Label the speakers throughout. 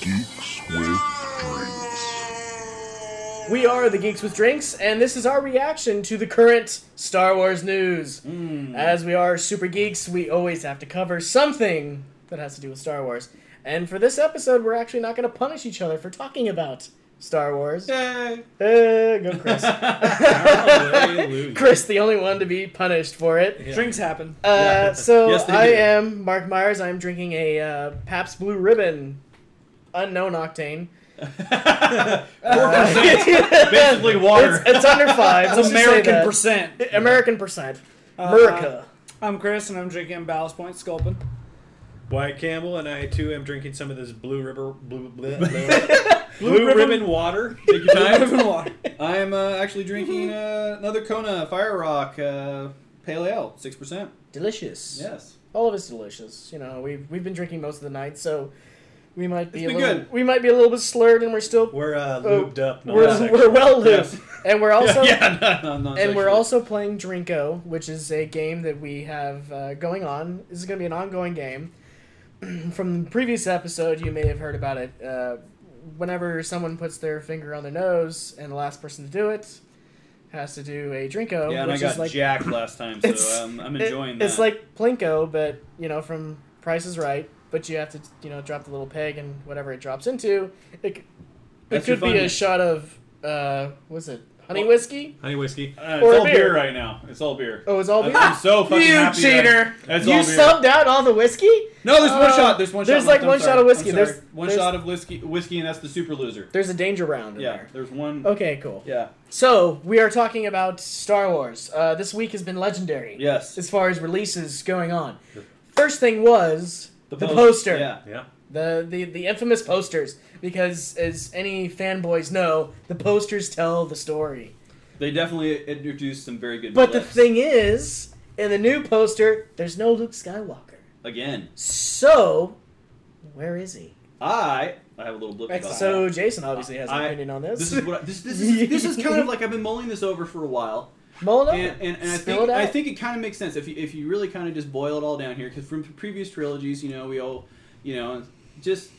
Speaker 1: Geeks with Drinks.
Speaker 2: We are the Geeks with Drinks, and this is our reaction to the current Star Wars news.
Speaker 3: Hmm.
Speaker 2: As we are super geeks, we always have to cover something that has to do with Star Wars. And for this episode, we're actually not going to punish each other for talking about Star Wars. Uh,
Speaker 3: Yay!
Speaker 2: go, Chris.
Speaker 3: Hallelujah.
Speaker 2: Chris, the only one to be punished for it.
Speaker 4: Drinks happen.
Speaker 2: Uh, so
Speaker 3: Yes, they
Speaker 2: I
Speaker 3: do.
Speaker 2: am Mark Myers. I'm drinking a uh, Pabst Blue Ribbon, unknown octane.
Speaker 3: Basically, water.
Speaker 2: It's under five. let's just say
Speaker 4: American
Speaker 2: that.
Speaker 4: percent.
Speaker 2: American percent. America.
Speaker 4: I'm Chris, and I'm drinking Ballast Point Sculpin.
Speaker 5: Wyatt Campbell and I too am drinking some of this blue river blue blue, blue, blue ribbon, water.
Speaker 3: Take your time.
Speaker 4: Living water.
Speaker 3: I'm uh, actually drinking uh, another Kona Fire Rock uh, Pale Ale, six percent.
Speaker 2: Delicious.
Speaker 3: Yes.
Speaker 2: All of it's delicious. You know, we've we've been drinking most of the night, so we might be
Speaker 3: It's
Speaker 2: a
Speaker 3: been
Speaker 2: little
Speaker 3: good.
Speaker 2: we might be a little bit slurred, and we're still
Speaker 5: We're uh,
Speaker 2: Oh,
Speaker 5: lubed up. not
Speaker 2: we're,
Speaker 5: sexual.
Speaker 2: we're well looped,
Speaker 3: Yes.
Speaker 2: and we're also
Speaker 3: yeah. No, no,
Speaker 2: and we're also playing Drinko, which is a game that we have uh, going on. This is going to be an ongoing game. From the previous episode, you may have heard about it. Uh, whenever someone puts their finger on their nose, and the last person to do it has to do a Drinko,
Speaker 3: Yeah, and
Speaker 2: which
Speaker 3: I
Speaker 2: is
Speaker 3: got
Speaker 2: like
Speaker 3: jacked last time, so um, I'm
Speaker 2: it-
Speaker 3: enjoying that.
Speaker 2: It's like Plinko, but you know from Price is Right. But you have to you know drop the little peg and whatever it drops into. It, c- it
Speaker 3: That's your
Speaker 2: could be a
Speaker 3: funness.
Speaker 2: shot of uh, what's it honey
Speaker 3: What?
Speaker 2: whiskey?
Speaker 5: honey whiskey.
Speaker 3: Uh,
Speaker 2: or
Speaker 3: it's all
Speaker 2: beer.
Speaker 3: beer. right now. It's all beer.
Speaker 2: Oh, it's all beer.
Speaker 3: I'm so fucking
Speaker 4: You
Speaker 3: happy
Speaker 4: cheater.
Speaker 3: That, that's
Speaker 2: you
Speaker 3: all beer.
Speaker 2: subbed out all the whiskey.
Speaker 3: no, there's one
Speaker 2: Uh,
Speaker 3: shot. There's one
Speaker 2: there's
Speaker 3: shot.
Speaker 2: like
Speaker 3: left. I'm
Speaker 2: one shot
Speaker 3: sorry.
Speaker 2: of whiskey.
Speaker 3: I'm sorry.
Speaker 2: There's-
Speaker 3: one
Speaker 2: there's-
Speaker 3: shot of whiskey, whiskey, and that's the super loser.
Speaker 2: There's a danger round. In
Speaker 3: Yeah,
Speaker 2: There.
Speaker 3: there's one.
Speaker 2: Okay, cool.
Speaker 3: Yeah.
Speaker 2: So we are talking about Star Wars. Uh, this week has been legendary.
Speaker 3: Yes.
Speaker 2: As far as releases going on, first thing was the, poster.
Speaker 3: Yeah.
Speaker 5: Yeah,
Speaker 2: The, the the infamous posters because as any fanboys know the posters tell the story
Speaker 3: They definitely introduced some very good.
Speaker 2: but the
Speaker 3: clips.
Speaker 2: thing is in the new poster there's no luke skywalker
Speaker 3: again,
Speaker 2: so where is he
Speaker 3: I I have a little blip. about that.
Speaker 2: so jason obviously has an
Speaker 3: I-
Speaker 2: opinion on this
Speaker 3: This is what I, this this is, this is kind of like I've been mulling this over for a while,
Speaker 2: Molo?
Speaker 3: and and, and I
Speaker 2: Spill
Speaker 3: think
Speaker 2: it out.
Speaker 3: I think it kind of makes sense if you, if you really kind of just boil it all down here because from previous trilogies, you know, we all, you know, just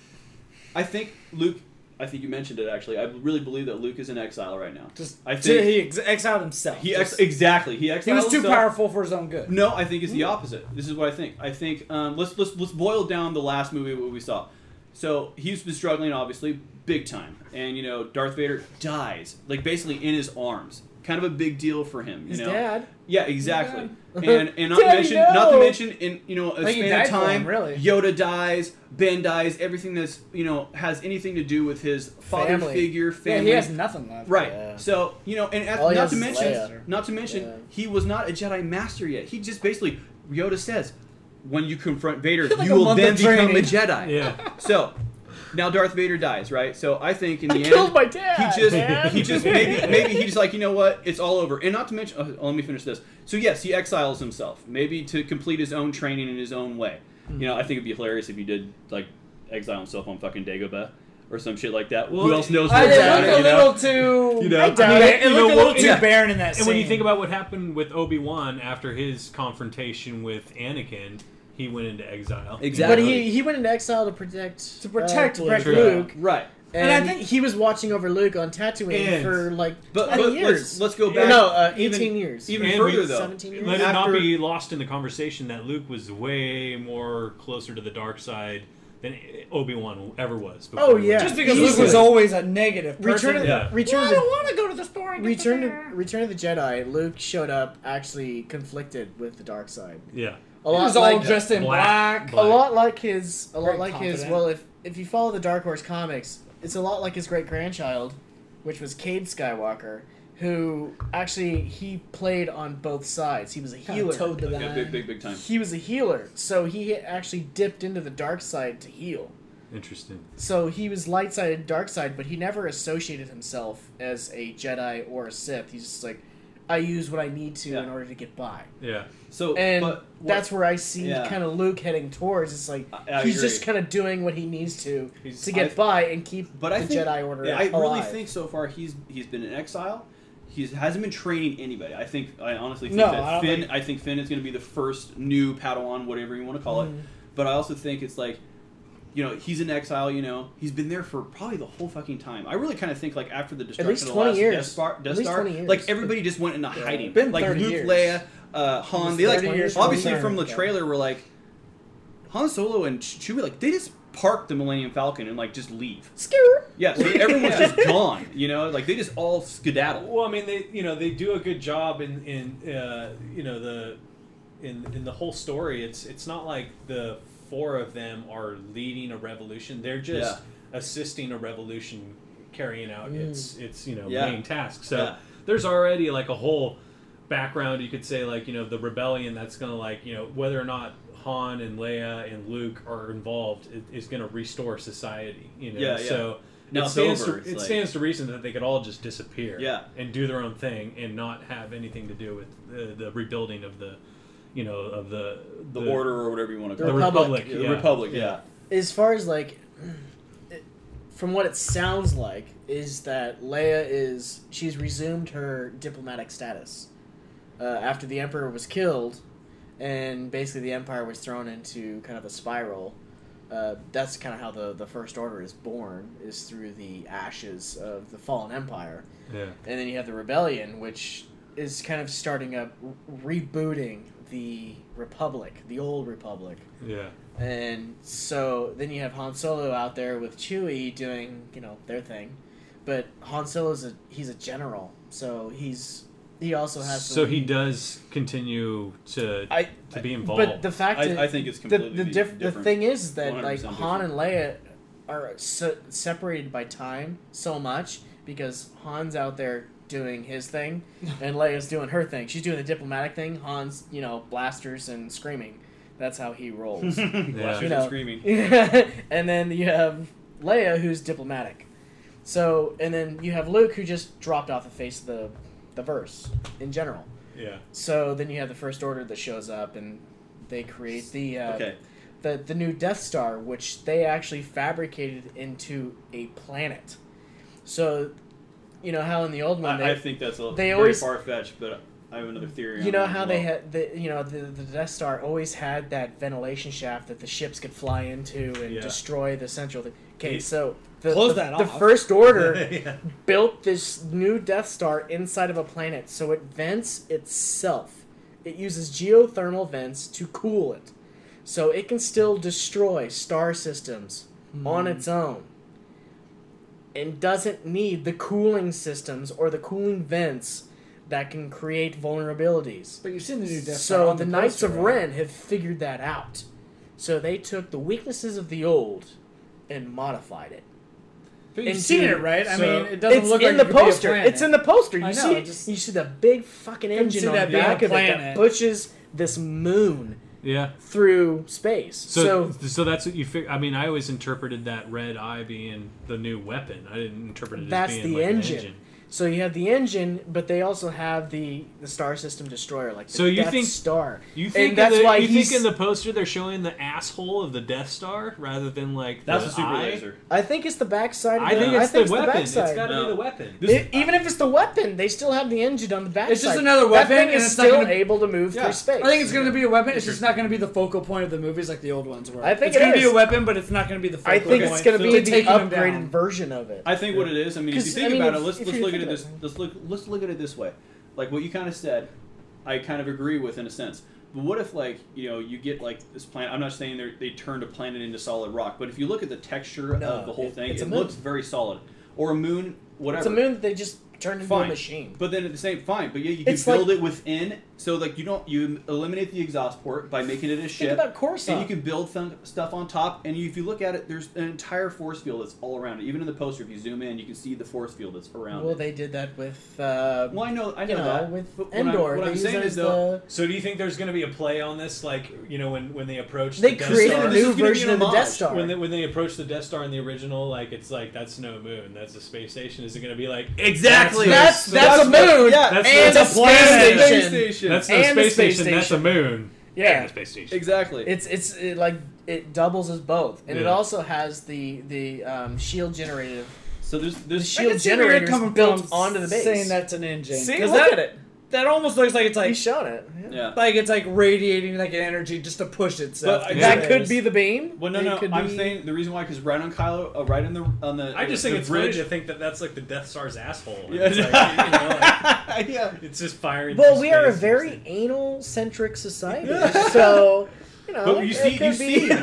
Speaker 3: I think Luke. I think you mentioned it actually. I really believe that Luke is in exile right now.
Speaker 4: Just
Speaker 3: I
Speaker 4: Dude,
Speaker 3: think
Speaker 4: he ex- exiled himself.
Speaker 3: he
Speaker 4: Just-
Speaker 3: ex- exactly he
Speaker 4: he
Speaker 3: exiled
Speaker 4: was too
Speaker 3: himself.
Speaker 4: powerful for his own good.
Speaker 3: No, I think it's
Speaker 4: Mm.
Speaker 3: the opposite. This is what I think. I think um, let's let's let's boil down the last movie what we saw. So he's been struggling obviously big time, and you know Darth Vader dies like basically in his arms. Kind of a big deal for him. You
Speaker 2: His
Speaker 3: know?
Speaker 2: dad.
Speaker 3: Yeah, exactly.
Speaker 2: His dad.
Speaker 3: And and not to
Speaker 2: Daddy,
Speaker 3: mention not
Speaker 2: no!
Speaker 3: to mention in you know a
Speaker 4: Like, he
Speaker 3: span
Speaker 4: died
Speaker 3: of
Speaker 4: for him,
Speaker 3: time
Speaker 4: really.
Speaker 3: Yoda dies, Ben dies, everything that's you know has anything to do with his father
Speaker 2: Family.
Speaker 3: figure
Speaker 4: Yeah,
Speaker 3: family
Speaker 4: he has nothing left.
Speaker 3: Right.
Speaker 2: Yeah.
Speaker 3: So you know, and at,
Speaker 2: All he
Speaker 3: not
Speaker 2: has
Speaker 3: to
Speaker 2: is
Speaker 3: mention,
Speaker 2: Leia.
Speaker 3: not to mention,
Speaker 2: Yeah.
Speaker 3: he was not a Jedi Master yet. He just basically Yoda says, "When you confront Vader,
Speaker 4: Like a
Speaker 3: you will
Speaker 4: month
Speaker 3: then
Speaker 4: of
Speaker 3: become a
Speaker 4: training.
Speaker 3: Jedi."
Speaker 5: yeah.
Speaker 3: So now Darth Vader dies, right? So I think in the
Speaker 2: I
Speaker 3: end,
Speaker 2: killed my dad.
Speaker 3: he just
Speaker 2: man.
Speaker 3: he just maybe maybe he's like you know what it's all over and not to mention oh, let me finish this so yes he exiles himself maybe to complete his own training in his own way you know I think it'd be hilarious if he did like exile himself on fucking Dagobah or some shit like that who else knows
Speaker 4: I
Speaker 3: more
Speaker 4: they
Speaker 3: about
Speaker 4: look
Speaker 3: it,
Speaker 4: a
Speaker 3: you know?
Speaker 4: little too.
Speaker 5: You know,
Speaker 4: I doubt
Speaker 5: I mean,
Speaker 4: it. It
Speaker 5: you
Speaker 4: looked
Speaker 5: know
Speaker 4: a little
Speaker 5: what-
Speaker 4: too
Speaker 5: yeah.
Speaker 4: barren in that
Speaker 5: And when you
Speaker 4: scene.
Speaker 5: think about what happened with Obi Wan after his confrontation with Anakin, he went into exile.
Speaker 3: Exactly.
Speaker 2: but he, he went into exile to protect
Speaker 4: To protect
Speaker 2: uh,
Speaker 4: Luke.
Speaker 2: Luke,
Speaker 3: right
Speaker 2: and,
Speaker 4: And I think-
Speaker 2: he was watching over Luke on Tatooine
Speaker 5: And-
Speaker 2: for like
Speaker 3: But,
Speaker 2: twenty
Speaker 3: but
Speaker 2: years.
Speaker 3: let's, let's go
Speaker 5: Yeah.
Speaker 3: back.
Speaker 2: no, uh,
Speaker 3: even-
Speaker 2: eighteen years.
Speaker 3: Even
Speaker 5: And
Speaker 3: further
Speaker 5: we-
Speaker 3: though.
Speaker 2: 17 years.
Speaker 5: Let it not
Speaker 3: After-
Speaker 5: be lost in the conversation that Luke was way more closer to the dark side than Obi Wan ever was. before
Speaker 2: Oh,
Speaker 5: he
Speaker 2: yeah.
Speaker 5: went
Speaker 4: just because
Speaker 2: Easily.
Speaker 4: Luke was always a negative person.
Speaker 2: Return of,
Speaker 5: Yeah.
Speaker 2: Return of
Speaker 4: I don't want to go to the store. And
Speaker 2: the
Speaker 4: get
Speaker 2: Return
Speaker 4: the
Speaker 2: of, Return of the Jedi. Luke showed up actually conflicted with the dark side.
Speaker 5: Yeah.
Speaker 2: A
Speaker 4: He
Speaker 2: lot
Speaker 4: was all
Speaker 2: like
Speaker 4: dressed in
Speaker 5: Black.
Speaker 4: black.
Speaker 2: a lot like his a lot
Speaker 4: Very
Speaker 2: like his
Speaker 4: confident.
Speaker 2: well if if you follow the Dark Horse comics, it's a lot like his great grandchild, which was Cade Skywalker, who actually he played on both sides. He was a healer.
Speaker 4: toed the
Speaker 3: Yeah,
Speaker 4: line.
Speaker 3: big, big, big time.
Speaker 2: he was a healer, so he actually dipped into the dark side to heal.
Speaker 5: Interesting.
Speaker 2: So he was light sided, dark side, but he never associated himself as a Jedi or a Sith. He's just like, I use what I need to
Speaker 3: Yeah.
Speaker 2: in order to get by.
Speaker 5: Yeah.
Speaker 3: So,
Speaker 2: And
Speaker 3: but what-
Speaker 2: that's where I see
Speaker 3: yeah.
Speaker 2: kind of Luke heading towards. It's like
Speaker 3: I- I
Speaker 2: he's
Speaker 3: agree.
Speaker 2: just kind of doing what he needs to
Speaker 5: He's-
Speaker 2: to get
Speaker 3: I-
Speaker 2: by and keep
Speaker 3: But
Speaker 2: the
Speaker 3: I think,
Speaker 2: Jedi Order
Speaker 3: yeah, I
Speaker 2: alive.
Speaker 3: really think so far he's he's been in exile. He hasn't been training anybody. I think I honestly think
Speaker 4: No,
Speaker 3: that
Speaker 4: I don't
Speaker 3: Finn.
Speaker 4: think-
Speaker 3: I
Speaker 2: Mm-hmm.
Speaker 3: think Finn is going to be the first new Padawan, whatever you want to call it. But I also think it's like you know, he's in exile. You know, he's been there for probably the whole fucking time. I really kind of think like after the destruction
Speaker 2: least
Speaker 3: of the
Speaker 2: 20
Speaker 3: last
Speaker 2: years.
Speaker 3: Death Star, Death
Speaker 2: At least
Speaker 3: Star
Speaker 2: 20 years.
Speaker 3: like everybody just went into hiding.
Speaker 2: been
Speaker 3: like
Speaker 2: 30
Speaker 3: Luke,
Speaker 2: years.
Speaker 3: Leia, uh, Han. They like
Speaker 2: 30 years from
Speaker 3: obviously
Speaker 2: retirement,
Speaker 3: from the
Speaker 2: yeah.
Speaker 3: trailer were like Han Solo and Ch- Chewie. Like they just parked the Millennium Falcon and like just leave.
Speaker 2: Skewer.
Speaker 3: Yeah, so everyone's just gone. You know, like they just all skedaddle.
Speaker 1: Well, I mean, they you know they do a good job in in uh, you know the in in the whole story. It's it's not like the four of them are leading a revolution. They're just assisting a revolution carrying out its its you know
Speaker 3: Yeah.
Speaker 1: main task. So
Speaker 3: Yeah.
Speaker 1: there's already like a whole background you could say like you know the rebellion that's going to like you know whether or not Han and Leia and Luke are involved it, is going to restore society. You know,
Speaker 3: Yeah, yeah.
Speaker 1: so.
Speaker 3: Now
Speaker 1: it
Speaker 3: it's
Speaker 1: stands,
Speaker 3: over,
Speaker 1: to,
Speaker 3: it's
Speaker 1: it
Speaker 3: like-
Speaker 1: stands to reason that they could all just disappear
Speaker 3: Yeah.
Speaker 1: and do their own thing and not have anything to do with the, the rebuilding of the, you know, of the
Speaker 3: The, order or whatever you want to
Speaker 1: the
Speaker 3: call
Speaker 2: Republic.
Speaker 1: republic,
Speaker 3: it. The
Speaker 1: yeah.
Speaker 3: Republic. Yeah.
Speaker 2: As far as like, it- from what it sounds like, is that Leia is she's resumed her diplomatic status uh, after the Emperor was killed, and basically the Empire was thrown into kind of a spiral. Uh, that's kind of how the, the First Order is born, is through the ashes of the fallen Empire.
Speaker 1: Yeah,
Speaker 2: and then you have the rebellion, which is kind of starting up, re- rebooting the republic, the old republic.
Speaker 1: yeah.
Speaker 2: And so then you have Han Solo out there with Chewie doing you know their thing, but Han Solo's a he's a general, so he's he also has
Speaker 1: So
Speaker 2: some-
Speaker 1: he does continue to
Speaker 2: I
Speaker 1: to be involved.
Speaker 2: but the fact is,
Speaker 3: I, I think it's
Speaker 2: the
Speaker 3: completely
Speaker 2: the, diff-
Speaker 3: different.
Speaker 2: the thing is is that like
Speaker 3: 100%
Speaker 2: Han and Leia are se- separated by time so much because Han's out there doing his thing and Leia's doing her thing. She's doing the diplomatic thing. Han's you know blasters and screaming. That's how he rolls.
Speaker 3: Blasters
Speaker 1: Yeah.
Speaker 2: You
Speaker 3: and
Speaker 2: know.
Speaker 3: screaming.
Speaker 2: and then you have Leia who's diplomatic. So and then you have Luke who just dropped off the face of the the verse in general.
Speaker 1: yeah,
Speaker 2: So then you have the First Order that shows up and they create the uh,
Speaker 3: Okay.
Speaker 2: the the new Death Star, which they actually fabricated into a planet. So, you know how in the old one
Speaker 3: I, I
Speaker 2: they,
Speaker 3: think that's a
Speaker 2: they
Speaker 3: very
Speaker 2: always-
Speaker 3: far fetched, but I have another theory.
Speaker 2: you
Speaker 3: on
Speaker 2: know
Speaker 3: that as
Speaker 2: how they
Speaker 3: well.
Speaker 2: had the you know the, the Death Star always had that ventilation shaft that the ships could fly into and
Speaker 1: Yeah.
Speaker 2: destroy the central. Thing. Okay,
Speaker 1: Yeah.
Speaker 2: so the,
Speaker 4: Close
Speaker 2: the,
Speaker 4: that
Speaker 2: the
Speaker 4: off.
Speaker 2: First Order
Speaker 1: yeah.
Speaker 2: built this new Death Star inside of a planet, so it vents itself. It uses geothermal vents to cool it, so it can still destroy star systems on
Speaker 4: Hmm.
Speaker 2: its own. And doesn't need the cooling systems or the cooling vents that can create vulnerabilities.
Speaker 4: But you've seen the new Death Star.
Speaker 2: So
Speaker 4: on
Speaker 2: the Knights
Speaker 4: poster,
Speaker 2: of
Speaker 4: right?
Speaker 2: Ren have figured that out. So they took the weaknesses of the old and modified it.
Speaker 4: You've seen
Speaker 2: Indeed.
Speaker 4: it, right? I
Speaker 1: So-
Speaker 4: mean, it doesn't
Speaker 2: it's
Speaker 4: look
Speaker 2: in
Speaker 4: like
Speaker 2: the poster. It's in the poster. You
Speaker 4: I know,
Speaker 2: see,
Speaker 4: it just-
Speaker 2: you see the big fucking engine
Speaker 4: see
Speaker 2: on
Speaker 4: that
Speaker 2: the
Speaker 4: being
Speaker 2: back
Speaker 4: a
Speaker 2: of it that
Speaker 4: planet.
Speaker 2: pushes this moon
Speaker 1: yeah.
Speaker 2: through space.
Speaker 1: So,
Speaker 2: So,
Speaker 1: so that's what you figure. I mean, I always interpreted that red eye being the new weapon. I didn't interpret it
Speaker 2: That's
Speaker 1: as being
Speaker 2: the
Speaker 1: like an
Speaker 2: engine. so you have the engine, but they also have the the star system destroyer, like the
Speaker 1: So you
Speaker 2: Death
Speaker 1: think-
Speaker 2: Star.
Speaker 1: You think
Speaker 2: and that's
Speaker 1: in the,
Speaker 2: why
Speaker 1: you
Speaker 2: he's.
Speaker 1: think in the poster they're showing the asshole of the Death Star rather than like
Speaker 3: That's
Speaker 1: the
Speaker 3: a super
Speaker 1: eye?
Speaker 3: laser.
Speaker 2: I think it's the backside. Of
Speaker 1: I
Speaker 2: the,
Speaker 1: think it's the
Speaker 2: the
Speaker 1: weapon. it's
Speaker 2: backside.
Speaker 1: got to
Speaker 3: No.
Speaker 1: be the weapon.
Speaker 3: This-
Speaker 2: It- even if it's the weapon, they still have the engine on the back.
Speaker 4: It's just another weapon,
Speaker 2: That thing
Speaker 4: and
Speaker 2: is
Speaker 4: it's not
Speaker 2: still
Speaker 4: gonna-
Speaker 2: able to move
Speaker 4: Yeah.
Speaker 2: through space.
Speaker 4: I think it's going to be a weapon. It's just not going to be the focal point of the movies like the old ones were.
Speaker 2: I think
Speaker 4: it's
Speaker 2: it
Speaker 4: going to be
Speaker 2: is.
Speaker 4: a weapon, but it's not going to be the focal
Speaker 2: I think
Speaker 4: point.
Speaker 2: it's going to
Speaker 3: so-
Speaker 2: be
Speaker 4: to
Speaker 2: the
Speaker 4: take them
Speaker 2: upgraded
Speaker 4: down.
Speaker 2: version of it.
Speaker 3: I think what it is. I mean, if you
Speaker 2: 'Cause,
Speaker 3: think
Speaker 2: I mean,
Speaker 3: about
Speaker 2: if-
Speaker 3: it, let's
Speaker 2: if
Speaker 3: let's
Speaker 2: you
Speaker 3: look at
Speaker 2: think
Speaker 3: it this.
Speaker 2: about it.
Speaker 3: Let's look let's look at it this way. Like what you kind of said, I kind of agree with in a sense. But what if like you know you get like this planet? I'm not saying they they turned a planet into solid rock, but if you look at the texture
Speaker 2: No,
Speaker 3: of the whole
Speaker 2: it-
Speaker 3: thing,
Speaker 2: it's a
Speaker 3: it
Speaker 2: moon.
Speaker 3: looks very solid. Or a moon, whatever.
Speaker 2: It's a moon that they just turned into
Speaker 3: fine.
Speaker 2: a machine.
Speaker 3: But then at the same, fine. But yeah, you can
Speaker 2: It's
Speaker 3: build
Speaker 2: like-
Speaker 3: it within. So like you don't you eliminate the exhaust port by making it a ship.
Speaker 2: about Coruscant.
Speaker 3: And you can build th- stuff on top. And if you look at it, there's an entire force field that's all around it. Even in the poster, if you zoom in, you can see the force field that's around.
Speaker 2: well,
Speaker 3: it.
Speaker 2: they did that with, uh,
Speaker 3: um, Well, I know, I know,
Speaker 2: you know,
Speaker 3: that. but
Speaker 2: with
Speaker 3: what I'm-
Speaker 2: Endor.
Speaker 3: what
Speaker 2: they
Speaker 3: I'm
Speaker 2: used
Speaker 3: saying
Speaker 2: it
Speaker 3: is
Speaker 2: as
Speaker 3: though,
Speaker 2: the,
Speaker 1: So do you think there's going to be a play on this, like you know, when when they approach
Speaker 2: they
Speaker 1: the Death
Speaker 2: created
Speaker 1: Star,
Speaker 2: a
Speaker 3: This
Speaker 2: new
Speaker 3: is gonna be an
Speaker 2: version of the
Speaker 3: homage.
Speaker 2: Death Star.
Speaker 1: when they when they approach the Death Star in the original, like it's like that's no moon, that's a space station. Is it going to be like
Speaker 3: Exactly.
Speaker 2: that's,
Speaker 1: So
Speaker 2: that's, a
Speaker 3: that's-
Speaker 2: moon
Speaker 3: yeah,
Speaker 1: that's-
Speaker 2: and
Speaker 1: that's
Speaker 2: a
Speaker 1: a
Speaker 2: space
Speaker 1: planet.
Speaker 2: station.
Speaker 1: that's
Speaker 3: That's
Speaker 1: no
Speaker 2: And the
Speaker 1: space,
Speaker 2: space
Speaker 1: station, That's a
Speaker 2: station.
Speaker 1: moon.
Speaker 2: Yeah.
Speaker 1: and a space station.
Speaker 3: exactly.
Speaker 2: It's it's it, like it doubles as both, and it
Speaker 1: Yeah.
Speaker 2: also has the the um, shield generator.
Speaker 3: so there's
Speaker 2: The
Speaker 3: there's
Speaker 2: shield
Speaker 4: I can see where you're
Speaker 2: generators
Speaker 4: coming
Speaker 2: built
Speaker 4: from
Speaker 2: onto the base.
Speaker 4: Saying that's an engine.
Speaker 2: See,
Speaker 4: 'Cause
Speaker 2: look
Speaker 4: that-
Speaker 2: at it.
Speaker 4: that almost looks like it's like
Speaker 2: He's shown it. Yeah.
Speaker 3: Yeah.
Speaker 4: like it's like radiating like an energy just to push itself.
Speaker 5: But I-
Speaker 4: to
Speaker 2: That
Speaker 4: the
Speaker 2: could
Speaker 4: base.
Speaker 2: be the beam.
Speaker 3: Well, no,
Speaker 2: It
Speaker 3: no.
Speaker 2: could
Speaker 3: I'm
Speaker 2: be-
Speaker 3: saying the reason why, because right on Kylo, uh, right on the on the.
Speaker 5: I just
Speaker 3: the
Speaker 5: think it's
Speaker 3: bridge.
Speaker 5: funny to think that that's like the Death Star's asshole. And
Speaker 3: Yeah.
Speaker 5: It's, like, you know, like,
Speaker 3: yeah.
Speaker 5: it's just firing.
Speaker 2: Well,
Speaker 5: through
Speaker 2: we are a
Speaker 5: space.
Speaker 2: very anal centric society, so you know.
Speaker 3: But you
Speaker 2: it
Speaker 3: see,
Speaker 2: could
Speaker 3: you
Speaker 2: be-
Speaker 3: see, even in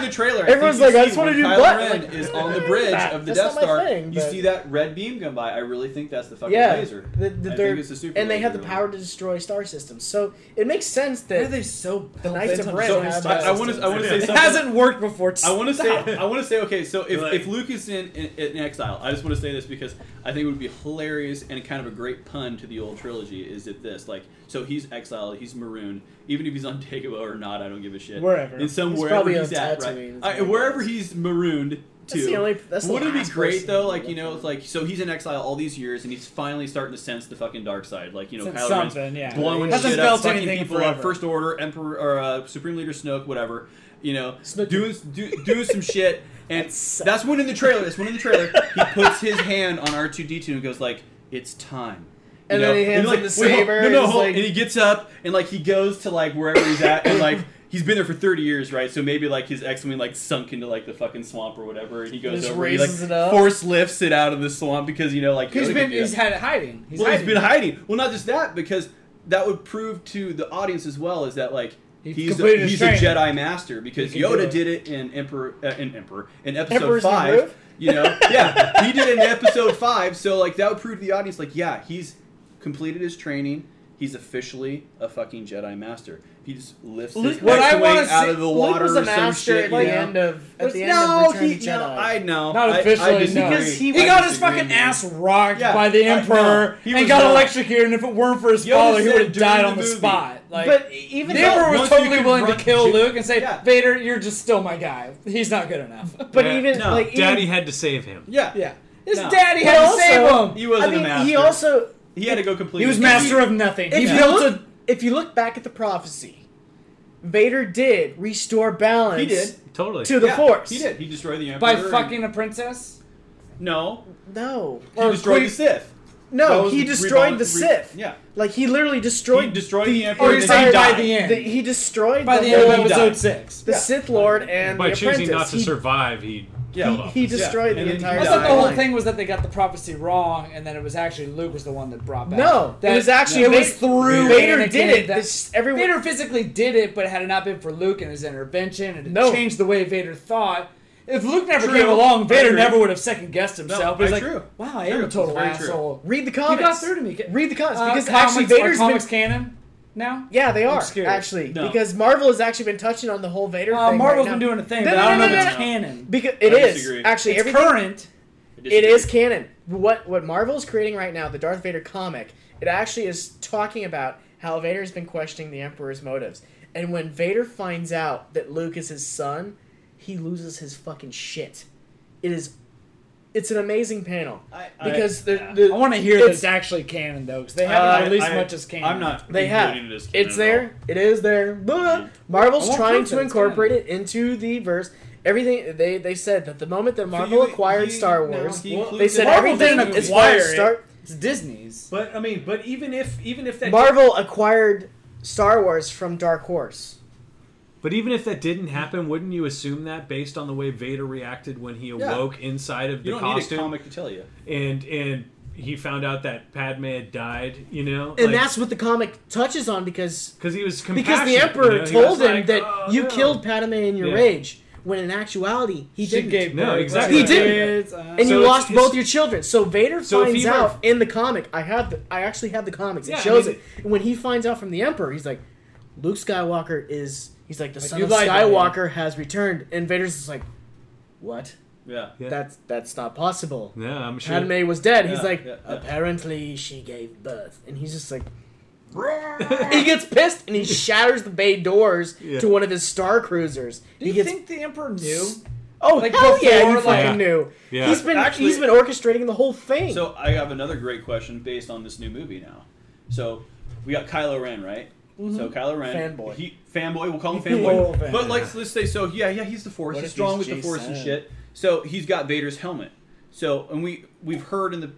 Speaker 3: the trailer. I think
Speaker 2: Everyone's
Speaker 3: you
Speaker 2: like, I
Speaker 3: see
Speaker 2: just wanna
Speaker 3: when
Speaker 2: do
Speaker 3: Kylo
Speaker 2: black.
Speaker 3: Ren
Speaker 2: Like,
Speaker 3: is on the
Speaker 2: eh,
Speaker 3: bridge
Speaker 2: that-
Speaker 3: of the
Speaker 2: that's
Speaker 3: Death
Speaker 2: not my
Speaker 3: Star.
Speaker 2: thing,
Speaker 3: you
Speaker 2: but-
Speaker 3: see that red beam come by. I really think that's the fucking
Speaker 2: yeah,
Speaker 3: laser.
Speaker 2: the- the-
Speaker 3: I
Speaker 2: they're-
Speaker 3: think it's the super
Speaker 2: and they have the
Speaker 3: laser.
Speaker 2: power to destroy star systems, so it makes sense
Speaker 4: Why are
Speaker 2: that
Speaker 4: they so
Speaker 2: the Knights of
Speaker 4: hell-bent on
Speaker 2: Ren
Speaker 3: So
Speaker 4: destroying
Speaker 2: have.
Speaker 3: I-
Speaker 4: stars?
Speaker 3: I wanna- I wanna say
Speaker 4: It
Speaker 3: something.
Speaker 4: hasn't worked before.
Speaker 3: I want to say
Speaker 4: Stop.
Speaker 3: I want to say okay. So if,
Speaker 5: Like-
Speaker 3: if Luke is in, in in exile, I just want to say this because I think it would be hilarious and kind of a great pun to the old trilogy. Is it this like so he's exiled, he's marooned, even if he's on Dagobah or not, I don't give a shit.
Speaker 2: Wherever.
Speaker 3: in some
Speaker 2: He's
Speaker 3: wherever
Speaker 2: probably
Speaker 3: he's
Speaker 2: on
Speaker 3: at, right?
Speaker 2: Tatooine.
Speaker 3: I, wherever he's marooned to.
Speaker 2: That's the only- that's the
Speaker 3: Wouldn't it be
Speaker 2: last
Speaker 3: great
Speaker 2: person
Speaker 3: though?
Speaker 2: who
Speaker 3: Like you
Speaker 2: would
Speaker 3: know,
Speaker 2: look
Speaker 3: it's like so he's in exile all these years and he's finally starting to sense the fucking dark side. Like you know,
Speaker 4: Sense
Speaker 3: Kylo Ren's
Speaker 4: something, yeah.
Speaker 3: blowing
Speaker 4: Hasn't
Speaker 3: shit up,
Speaker 4: felt
Speaker 3: fucking
Speaker 4: anything
Speaker 3: people up,
Speaker 4: forever.
Speaker 3: first order, emperor or uh, supreme leader Snoke, whatever. You know,
Speaker 2: Snooki.
Speaker 3: doing do, doing some shit, and
Speaker 2: That
Speaker 3: that's,
Speaker 2: sucks.
Speaker 3: when in the trailer. That's when in the trailer he puts his hand on R two D two and goes like, "It's time." You
Speaker 2: And then he hands
Speaker 3: like,
Speaker 2: him the
Speaker 3: "Wait, hold-
Speaker 2: saber,
Speaker 3: No,
Speaker 2: and
Speaker 3: no,
Speaker 2: it's
Speaker 3: hold-
Speaker 2: like-
Speaker 3: and he gets up and like he goes to like wherever he's at, and like he's been there for thirty years, right? So maybe like his X wing like sunk into like the fucking swamp or whatever, and he goes
Speaker 2: Just
Speaker 3: over, and he, like
Speaker 2: raises it up.
Speaker 3: force lifts it out of the swamp because you know like
Speaker 4: He's been
Speaker 3: Yoda could do that
Speaker 4: he's had it hiding. He's
Speaker 3: well,
Speaker 4: hiding.
Speaker 3: he's been hiding. Well, not just that, because that would prove to the audience as well is that like
Speaker 4: He
Speaker 3: he's a,
Speaker 4: completed his
Speaker 3: he's a
Speaker 4: training.
Speaker 3: Jedi master because
Speaker 4: He can do
Speaker 3: Yoda
Speaker 4: it.
Speaker 3: did it in Emperor uh, in Emperor in Episode
Speaker 2: Emperor's New
Speaker 3: Five.
Speaker 2: Groove?
Speaker 3: You know, yeah, he did it in Episode Five. So like that would prove to the audience like yeah, he's completed his training. He's officially a fucking Jedi master. He just lifts his
Speaker 4: Luke- what I
Speaker 3: X-wing
Speaker 4: wanna
Speaker 3: out
Speaker 4: see-
Speaker 3: of the
Speaker 4: Luke
Speaker 3: water
Speaker 2: Luke was a
Speaker 3: or some
Speaker 2: master
Speaker 3: shit,
Speaker 2: at
Speaker 3: you
Speaker 2: the
Speaker 3: know?
Speaker 2: end of at the end
Speaker 3: no,
Speaker 2: of Return
Speaker 3: he,
Speaker 2: of the
Speaker 3: no,
Speaker 2: Jedi.
Speaker 3: I know.
Speaker 4: Not
Speaker 3: I- I
Speaker 4: officially, no.
Speaker 3: disagree.
Speaker 4: Because
Speaker 2: he
Speaker 4: He
Speaker 3: I
Speaker 4: got his
Speaker 3: disagree,
Speaker 4: fucking
Speaker 3: man.
Speaker 4: ass rocked
Speaker 3: Yeah,
Speaker 4: by the
Speaker 3: I- no,
Speaker 4: emperor
Speaker 3: he
Speaker 4: and
Speaker 3: was
Speaker 4: got
Speaker 3: wrong.
Speaker 4: electrocuted. And if it weren't for his
Speaker 3: Yoda
Speaker 4: father, he
Speaker 3: said
Speaker 4: would have
Speaker 3: during
Speaker 4: died
Speaker 3: the
Speaker 4: on the
Speaker 3: movie.
Speaker 4: spot. Like,
Speaker 2: but even
Speaker 4: the
Speaker 3: Yeah,
Speaker 2: though,
Speaker 4: emperor was
Speaker 3: once you
Speaker 4: totally
Speaker 3: can
Speaker 4: willing to
Speaker 3: run-
Speaker 4: kill
Speaker 3: ju-
Speaker 4: Luke and say,
Speaker 3: Yeah.
Speaker 4: "Vader, you're just still my guy. He's not good enough."
Speaker 2: but
Speaker 5: Yeah.
Speaker 2: even
Speaker 3: No,
Speaker 2: like
Speaker 5: Daddy
Speaker 2: even,
Speaker 5: had to save him.
Speaker 3: Yeah,
Speaker 4: yeah, his
Speaker 3: No.
Speaker 4: daddy
Speaker 2: but
Speaker 4: had
Speaker 2: also,
Speaker 4: to save him.
Speaker 3: He wasn't
Speaker 2: I mean,
Speaker 3: a master.
Speaker 2: He also
Speaker 3: He had to go complete.
Speaker 4: He was
Speaker 3: his-
Speaker 4: master of nothing. He
Speaker 2: If you,
Speaker 4: built
Speaker 2: look,
Speaker 4: a
Speaker 2: if you look back at the prophecy, Vader did restore balance
Speaker 3: He did.
Speaker 5: Totally.
Speaker 2: to the
Speaker 3: Yeah,
Speaker 2: Force.
Speaker 3: He did. He destroyed the
Speaker 4: by
Speaker 3: Emperor. and-
Speaker 4: fucking a princess.
Speaker 3: no.
Speaker 2: No.
Speaker 3: He destroyed
Speaker 4: Queen-
Speaker 3: the Sith. That
Speaker 2: No,
Speaker 3: was
Speaker 2: he
Speaker 3: re-
Speaker 2: destroyed the
Speaker 3: re-
Speaker 2: Sith.
Speaker 3: Yeah.
Speaker 2: Like, he literally destroyed,
Speaker 3: He destroyed the Emperor
Speaker 4: Or
Speaker 2: the
Speaker 4: you
Speaker 3: and
Speaker 2: entire-
Speaker 3: then he
Speaker 4: say by
Speaker 3: died.
Speaker 4: the
Speaker 2: the-
Speaker 4: end.
Speaker 2: he destroyed
Speaker 4: By
Speaker 2: the,
Speaker 4: the end
Speaker 2: whole-
Speaker 4: of
Speaker 3: died.
Speaker 4: episode six.
Speaker 2: the
Speaker 3: Yeah.
Speaker 2: Sith Lord and
Speaker 5: By
Speaker 2: the
Speaker 5: choosing
Speaker 2: apprentice.
Speaker 5: not to
Speaker 2: he,
Speaker 5: survive, he
Speaker 3: Yeah.
Speaker 5: killed
Speaker 2: he-
Speaker 5: off
Speaker 2: he
Speaker 5: his-
Speaker 2: destroyed
Speaker 3: And
Speaker 2: the
Speaker 3: then he
Speaker 2: entire.
Speaker 4: I thought the whole
Speaker 2: timeline.
Speaker 4: thing was that they got the prophecy wrong, and then it was actually Luke was the one that brought back.
Speaker 2: No, it
Speaker 4: that
Speaker 2: was actually
Speaker 4: it was
Speaker 2: Vader-
Speaker 4: through
Speaker 2: Vader
Speaker 4: Anakin
Speaker 2: did it.
Speaker 4: that-
Speaker 2: This- everyone-
Speaker 4: Vader physically did it, but had it not been for Luke and his intervention, and it
Speaker 2: No.
Speaker 4: changed the way Vader thought. If Luke never
Speaker 3: True.
Speaker 4: came along, Vader
Speaker 3: True.
Speaker 4: never would have second guessed himself.
Speaker 3: No,
Speaker 4: but he's
Speaker 3: I-
Speaker 4: like,
Speaker 3: true.
Speaker 4: wow, I am
Speaker 3: True.
Speaker 4: a total
Speaker 3: It's very true.
Speaker 4: asshole.
Speaker 2: Read the
Speaker 4: You
Speaker 2: comics.
Speaker 4: got through to me.
Speaker 2: Read the comics
Speaker 4: Uh,
Speaker 2: because
Speaker 4: comics,
Speaker 2: actually
Speaker 4: are
Speaker 2: Vader's
Speaker 4: comics
Speaker 2: been.
Speaker 4: canon now.
Speaker 2: Yeah, they are
Speaker 4: Obscured.
Speaker 2: actually
Speaker 3: No.
Speaker 2: because Marvel has actually been touching on the whole Vader
Speaker 4: Uh,
Speaker 2: thing.
Speaker 4: Marvel's
Speaker 2: right
Speaker 4: been
Speaker 2: now.
Speaker 4: doing a thing,
Speaker 2: No,
Speaker 4: but
Speaker 2: no,
Speaker 4: I don't
Speaker 2: no,
Speaker 4: know
Speaker 2: no,
Speaker 4: if it's
Speaker 2: no.
Speaker 4: canon.
Speaker 2: because it
Speaker 3: I
Speaker 2: is
Speaker 3: disagree.
Speaker 2: actually
Speaker 4: it's
Speaker 2: everything.
Speaker 4: current.
Speaker 3: I
Speaker 2: It
Speaker 3: disagree.
Speaker 2: is canon. What what Marvel's creating right now, the Darth Vader comic, it actually is talking about how Vader's been questioning the Emperor's motives. And when Vader finds out that Luke is his son, he loses his fucking shit. It is it's an amazing panel.
Speaker 3: I- I-
Speaker 2: Because the-
Speaker 3: yeah.
Speaker 2: the,
Speaker 4: I want to hear
Speaker 2: It's-
Speaker 4: that's actually canon though, because they
Speaker 3: I-
Speaker 4: haven't released
Speaker 3: I-
Speaker 4: much as canon.
Speaker 3: I'm not.
Speaker 2: they have.
Speaker 3: including it as canon
Speaker 2: It's
Speaker 3: at all.
Speaker 2: there. It is there. Blah.
Speaker 4: I
Speaker 2: Marvel's
Speaker 4: want
Speaker 2: trying
Speaker 4: proof
Speaker 2: to
Speaker 4: that it's
Speaker 2: incorporate it into the verse. Everything they they said that the moment that Marvel
Speaker 3: you-
Speaker 2: acquired
Speaker 3: you-
Speaker 2: Star
Speaker 3: no,
Speaker 2: Wars,
Speaker 3: he
Speaker 2: they
Speaker 3: includes
Speaker 2: said
Speaker 3: it.
Speaker 4: Marvel
Speaker 2: everything
Speaker 4: didn't
Speaker 2: is part
Speaker 4: acquire
Speaker 2: of
Speaker 4: it.
Speaker 2: Star.
Speaker 4: It's Disney's.
Speaker 5: But I mean, but even if even if that
Speaker 2: Marvel acquired Star Wars from Dark Horse.
Speaker 5: But even if that didn't happen, wouldn't you assume that based on the way Vader reacted when he
Speaker 3: Yeah.
Speaker 5: awoke inside of the
Speaker 3: You don't need a
Speaker 5: costume
Speaker 3: comic to tell you.
Speaker 5: and and he found out that Padme had died, you know?
Speaker 2: And that's what the comic touches on because
Speaker 5: because he was
Speaker 2: because
Speaker 5: compassionate,
Speaker 2: the Emperor
Speaker 5: you know? He was
Speaker 2: told him
Speaker 5: like,
Speaker 2: that
Speaker 5: "Oh,
Speaker 2: you
Speaker 5: no."
Speaker 2: killed Padme in your
Speaker 5: Yeah.
Speaker 2: rage, when in actuality he
Speaker 4: She
Speaker 2: didn't.
Speaker 4: gave
Speaker 5: No,
Speaker 4: birth.
Speaker 5: exactly.
Speaker 2: He didn't.
Speaker 4: Kids, uh,
Speaker 2: and
Speaker 5: So
Speaker 2: you
Speaker 5: it's-
Speaker 2: lost
Speaker 5: it's-
Speaker 2: both your children. So Vader
Speaker 5: So if
Speaker 2: finds
Speaker 5: he were-
Speaker 2: out in the comic. I have the. I actually have the comics.
Speaker 5: Yeah, I
Speaker 2: it shows
Speaker 5: mean-
Speaker 2: it. When he finds out from the Emperor, he's like, Luke Skywalker is. He's like the son
Speaker 4: you
Speaker 2: of
Speaker 4: lied to me."
Speaker 2: Skywalker has returned, and Vader's just like, what?
Speaker 3: Yeah.
Speaker 5: Yeah.
Speaker 2: That's that's not possible.
Speaker 5: Yeah, I'm sure.
Speaker 2: Padme was dead.
Speaker 3: Yeah,
Speaker 2: he's like,
Speaker 3: yeah, yeah.
Speaker 2: apparently she gave birth, and he's just like. he gets pissed and he shatters the bay doors
Speaker 5: Yeah.
Speaker 2: to one of his star cruisers.
Speaker 4: Do you
Speaker 2: he gets
Speaker 4: think the Emperor knew?
Speaker 2: oh
Speaker 4: like,
Speaker 2: hell yeah,
Speaker 4: before,
Speaker 2: you
Speaker 4: like-
Speaker 2: fucking knew.
Speaker 5: Yeah.
Speaker 2: He's been
Speaker 3: Actually-
Speaker 2: he's been orchestrating the whole thing.
Speaker 3: So I have another great question based on this new movie now. So we got Kylo Ren, right? So Kylo Ren,
Speaker 2: Mm-hmm. Fanboy.
Speaker 3: he, fanboy. We'll call him
Speaker 2: Oh,
Speaker 3: fanboy.
Speaker 2: fanboy.
Speaker 3: But like, let's say so. Yeah, yeah, he's the Force.
Speaker 2: What
Speaker 3: he's
Speaker 2: if
Speaker 3: strong
Speaker 2: he's
Speaker 3: with the Force and
Speaker 2: Jason?
Speaker 3: shit. So he's got Vader's helmet. So and we we've heard in the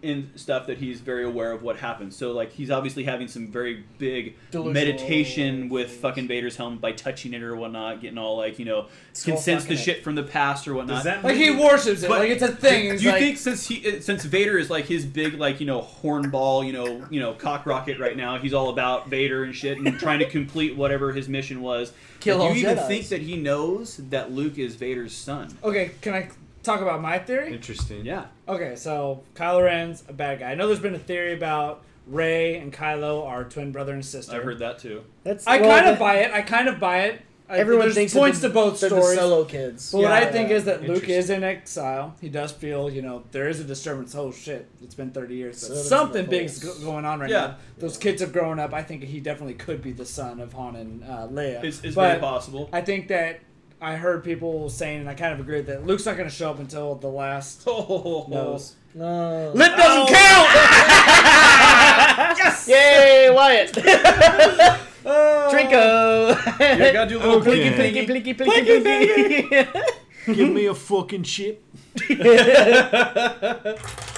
Speaker 3: in stuff that he's very aware of what happened. So like he's obviously having some very big
Speaker 2: Delusional
Speaker 3: meditation with
Speaker 2: things.
Speaker 3: fucking Vader's helm by touching it or whatnot, getting all like you know
Speaker 2: all
Speaker 3: consents to
Speaker 2: fucking it.
Speaker 3: shit from the past or whatnot.
Speaker 5: Does that
Speaker 4: Like he
Speaker 5: mean-
Speaker 4: worships it.
Speaker 3: But
Speaker 4: like it's a thing.
Speaker 3: Do
Speaker 4: It's
Speaker 3: you
Speaker 4: like,
Speaker 3: think since he since Vader is like his big like you know hornball you know you know cock rocket right now he's all about Vader and shit and trying to complete whatever his mission was.
Speaker 2: Kill
Speaker 3: do you
Speaker 2: all
Speaker 3: even
Speaker 2: Jedis.
Speaker 3: think that he knows that Luke is Vader's son?
Speaker 4: okay, can I talk about my theory?
Speaker 5: Interesting.
Speaker 3: Yeah,
Speaker 4: Okay, so Kylo Ren's a bad guy. I know there's been a theory about Ray and Kylo are twin brother and sister.
Speaker 3: I've heard that too.
Speaker 2: That's
Speaker 4: I
Speaker 2: well,
Speaker 4: kind
Speaker 2: that-
Speaker 4: of buy it. I kind of buy it. I,
Speaker 2: Everyone
Speaker 4: there's
Speaker 2: thinks that
Speaker 4: points
Speaker 2: the-
Speaker 4: to both
Speaker 2: they're
Speaker 4: stories.
Speaker 2: The solo kids.
Speaker 4: But what I
Speaker 2: Yeah.
Speaker 4: think is that Luke
Speaker 5: Interesting.
Speaker 4: is in exile. He does feel, you know, there is a disturbance. Oh shit, it's been 30 years.
Speaker 2: So
Speaker 4: But
Speaker 2: does
Speaker 4: something
Speaker 2: Knuckles.
Speaker 4: big's go- going on right
Speaker 3: Yeah.
Speaker 4: now. Those kids have grown up. I think he definitely could be the son of Han and uh, Leia.
Speaker 3: It's, it's very
Speaker 4: but
Speaker 3: possible.
Speaker 4: I think that I heard people saying, and I kind of agree that Luke's not going to show up until the last
Speaker 3: Oh,
Speaker 4: nose.
Speaker 2: No.
Speaker 4: Lip doesn't count.
Speaker 2: Yay, Wyatt! Drinko!
Speaker 3: yeah, gotta do a little
Speaker 1: Oh, Okay.
Speaker 3: blinky
Speaker 2: Plinky,
Speaker 3: thingy.
Speaker 2: plinky, plinky, plinky.
Speaker 1: Give me a fucking chip.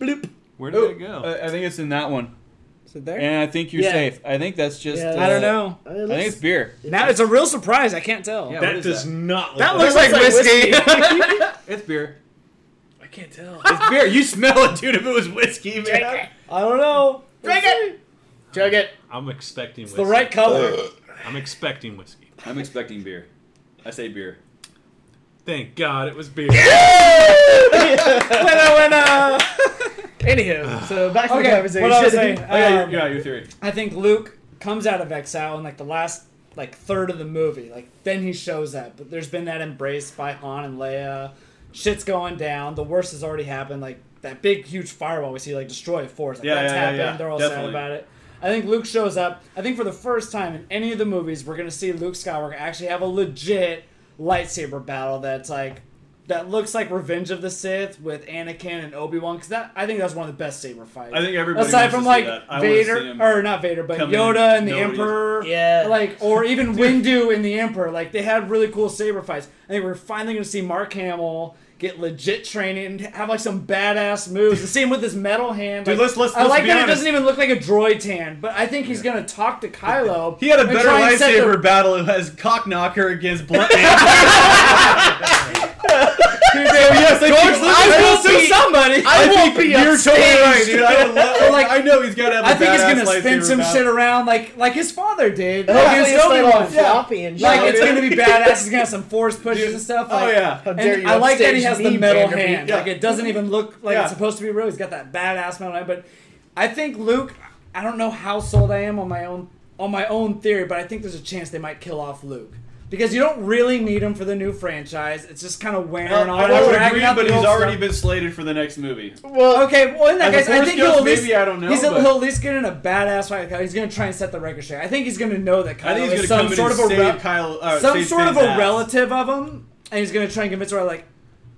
Speaker 2: Bloop. uh,
Speaker 1: Where did
Speaker 3: Oh,
Speaker 1: it go?
Speaker 3: I I think it's in that one,
Speaker 4: Is it there?
Speaker 3: and I think you're
Speaker 2: Yeah.
Speaker 3: safe. I think that's just.
Speaker 2: Yeah,
Speaker 4: I don't know.
Speaker 2: Uh,
Speaker 3: I think it's beer.
Speaker 4: Now it's a real surprise. I can't tell.
Speaker 3: Yeah. What
Speaker 5: That
Speaker 3: is
Speaker 5: does
Speaker 3: that?
Speaker 5: not. Look
Speaker 4: That
Speaker 5: like
Speaker 4: looks like whiskey.
Speaker 3: It's beer.
Speaker 5: I can't tell.
Speaker 3: It's beer. You smell it, dude. If it was whiskey, man.
Speaker 2: Drink it.
Speaker 4: I don't know.
Speaker 2: Drink it. Chug it.
Speaker 1: I'm expecting
Speaker 4: It's
Speaker 1: whiskey.
Speaker 4: the right color.
Speaker 1: I'm expecting whiskey.
Speaker 3: I'm expecting beer. I say beer.
Speaker 1: Thank God it was beer.
Speaker 4: winner, winner.
Speaker 2: Anywho, so back to the
Speaker 4: Okay,
Speaker 2: conversation. Uh,
Speaker 4: what I was saying.
Speaker 3: Oh, yeah,
Speaker 4: um,
Speaker 3: your, yeah, your theory.
Speaker 4: I think Luke comes out of exile in like the last like third of the movie. Like then he shows up, but there's been that embrace by Han and Leia. Shit's going down. The worst has already happened. Like that big huge fireball we see like destroy a forest. Like,
Speaker 3: Yeah,
Speaker 4: that's
Speaker 3: yeah, yeah,
Speaker 4: happened.
Speaker 3: yeah.
Speaker 4: They're all sad
Speaker 3: Definitely.
Speaker 4: about it. I think Luke shows up. I think for the first time in any of the movies, we're gonna see Luke Skywalker actually have a legit lightsaber battle. That's like. That looks like Revenge of the Sith with Anakin and Obi Wan because that I think that's one of the best saber fights
Speaker 3: I think everybody.
Speaker 4: aside
Speaker 3: wants
Speaker 4: from
Speaker 3: to see
Speaker 4: like
Speaker 3: that. I wanna see
Speaker 4: Vader
Speaker 3: him-
Speaker 4: or not Vader, but
Speaker 3: come in
Speaker 4: Yoda
Speaker 3: and
Speaker 4: and the
Speaker 3: nobody-
Speaker 4: Emperor,
Speaker 2: Yeah.
Speaker 4: like or even Windu and the Emperor. Like they had really cool saber fights. I think we're finally gonna see Mark Hamill get legit training and have like some badass moves. The same with his metal hand.
Speaker 5: Dude,
Speaker 4: like,
Speaker 5: let's- let's-
Speaker 4: I
Speaker 5: let's
Speaker 4: like
Speaker 5: be
Speaker 4: that it
Speaker 5: honest.
Speaker 4: doesn't even look like a droid's hand, but I think he's gonna talk to Kylo.
Speaker 3: He had a
Speaker 4: and
Speaker 3: better
Speaker 4: try and set the-
Speaker 3: lightsaber battle as Cockknocker against Blunt. Man.
Speaker 4: Dude, yes, George
Speaker 3: George Lucas-
Speaker 4: I will
Speaker 3: I will
Speaker 4: sue
Speaker 3: be-
Speaker 4: somebody.
Speaker 3: I
Speaker 2: won't be
Speaker 3: think you're totally right, dude. I, would love,
Speaker 4: Like,
Speaker 3: I know he's got to have. a
Speaker 4: I think he's
Speaker 3: badass
Speaker 4: gonna spin
Speaker 3: lightsaber
Speaker 4: some
Speaker 3: battle.
Speaker 4: shit around like like his father did.
Speaker 2: Hopefully
Speaker 4: against
Speaker 2: it's like
Speaker 4: Obi-Wan.
Speaker 2: all floppy and shit.
Speaker 4: Like it's gonna be badass. It's gonna have some force pushes and stuff.
Speaker 3: Oh,
Speaker 4: Like,
Speaker 3: yeah. How
Speaker 4: and
Speaker 2: dare you
Speaker 4: I like that he
Speaker 2: upstage
Speaker 4: has
Speaker 2: me,
Speaker 4: the metal
Speaker 2: Vanderbeek.
Speaker 4: hand.
Speaker 3: Yeah.
Speaker 4: Like it doesn't even look like
Speaker 3: Yeah.
Speaker 4: it's supposed to be real. He's got that badass metal hand. But I think Luke. I don't know how sold I am on my own on my own theory, but I think there's a chance they might kill off Luke. Because you don't really need him for the new franchise. It's just kind of wearing
Speaker 3: Uh,
Speaker 4: on.
Speaker 3: I would
Speaker 4: dragging
Speaker 3: agree,
Speaker 4: out the
Speaker 3: but he's
Speaker 4: old
Speaker 3: already
Speaker 4: stuff.
Speaker 3: been slated for the next movie.
Speaker 2: Well,
Speaker 4: Okay, well in that
Speaker 3: As
Speaker 4: case,
Speaker 3: a
Speaker 4: I
Speaker 3: Force
Speaker 4: think
Speaker 3: Ghost,
Speaker 4: he'll at least
Speaker 3: maybe, I don't know,
Speaker 4: he's,
Speaker 3: but-
Speaker 4: he'll at least get in a badass fight. with Kylo. He's gonna try and set the record straight. I think he's gonna know that
Speaker 3: I
Speaker 4: Kylo
Speaker 3: think he's
Speaker 4: is
Speaker 3: gonna
Speaker 4: some
Speaker 3: come
Speaker 4: sort
Speaker 3: in
Speaker 4: of a
Speaker 3: and save
Speaker 4: rel-
Speaker 3: Kyle. Uh,
Speaker 4: some
Speaker 3: save
Speaker 4: sort of
Speaker 3: Finn's
Speaker 4: a
Speaker 3: ass.
Speaker 4: relative of him, and he's gonna try and convince her like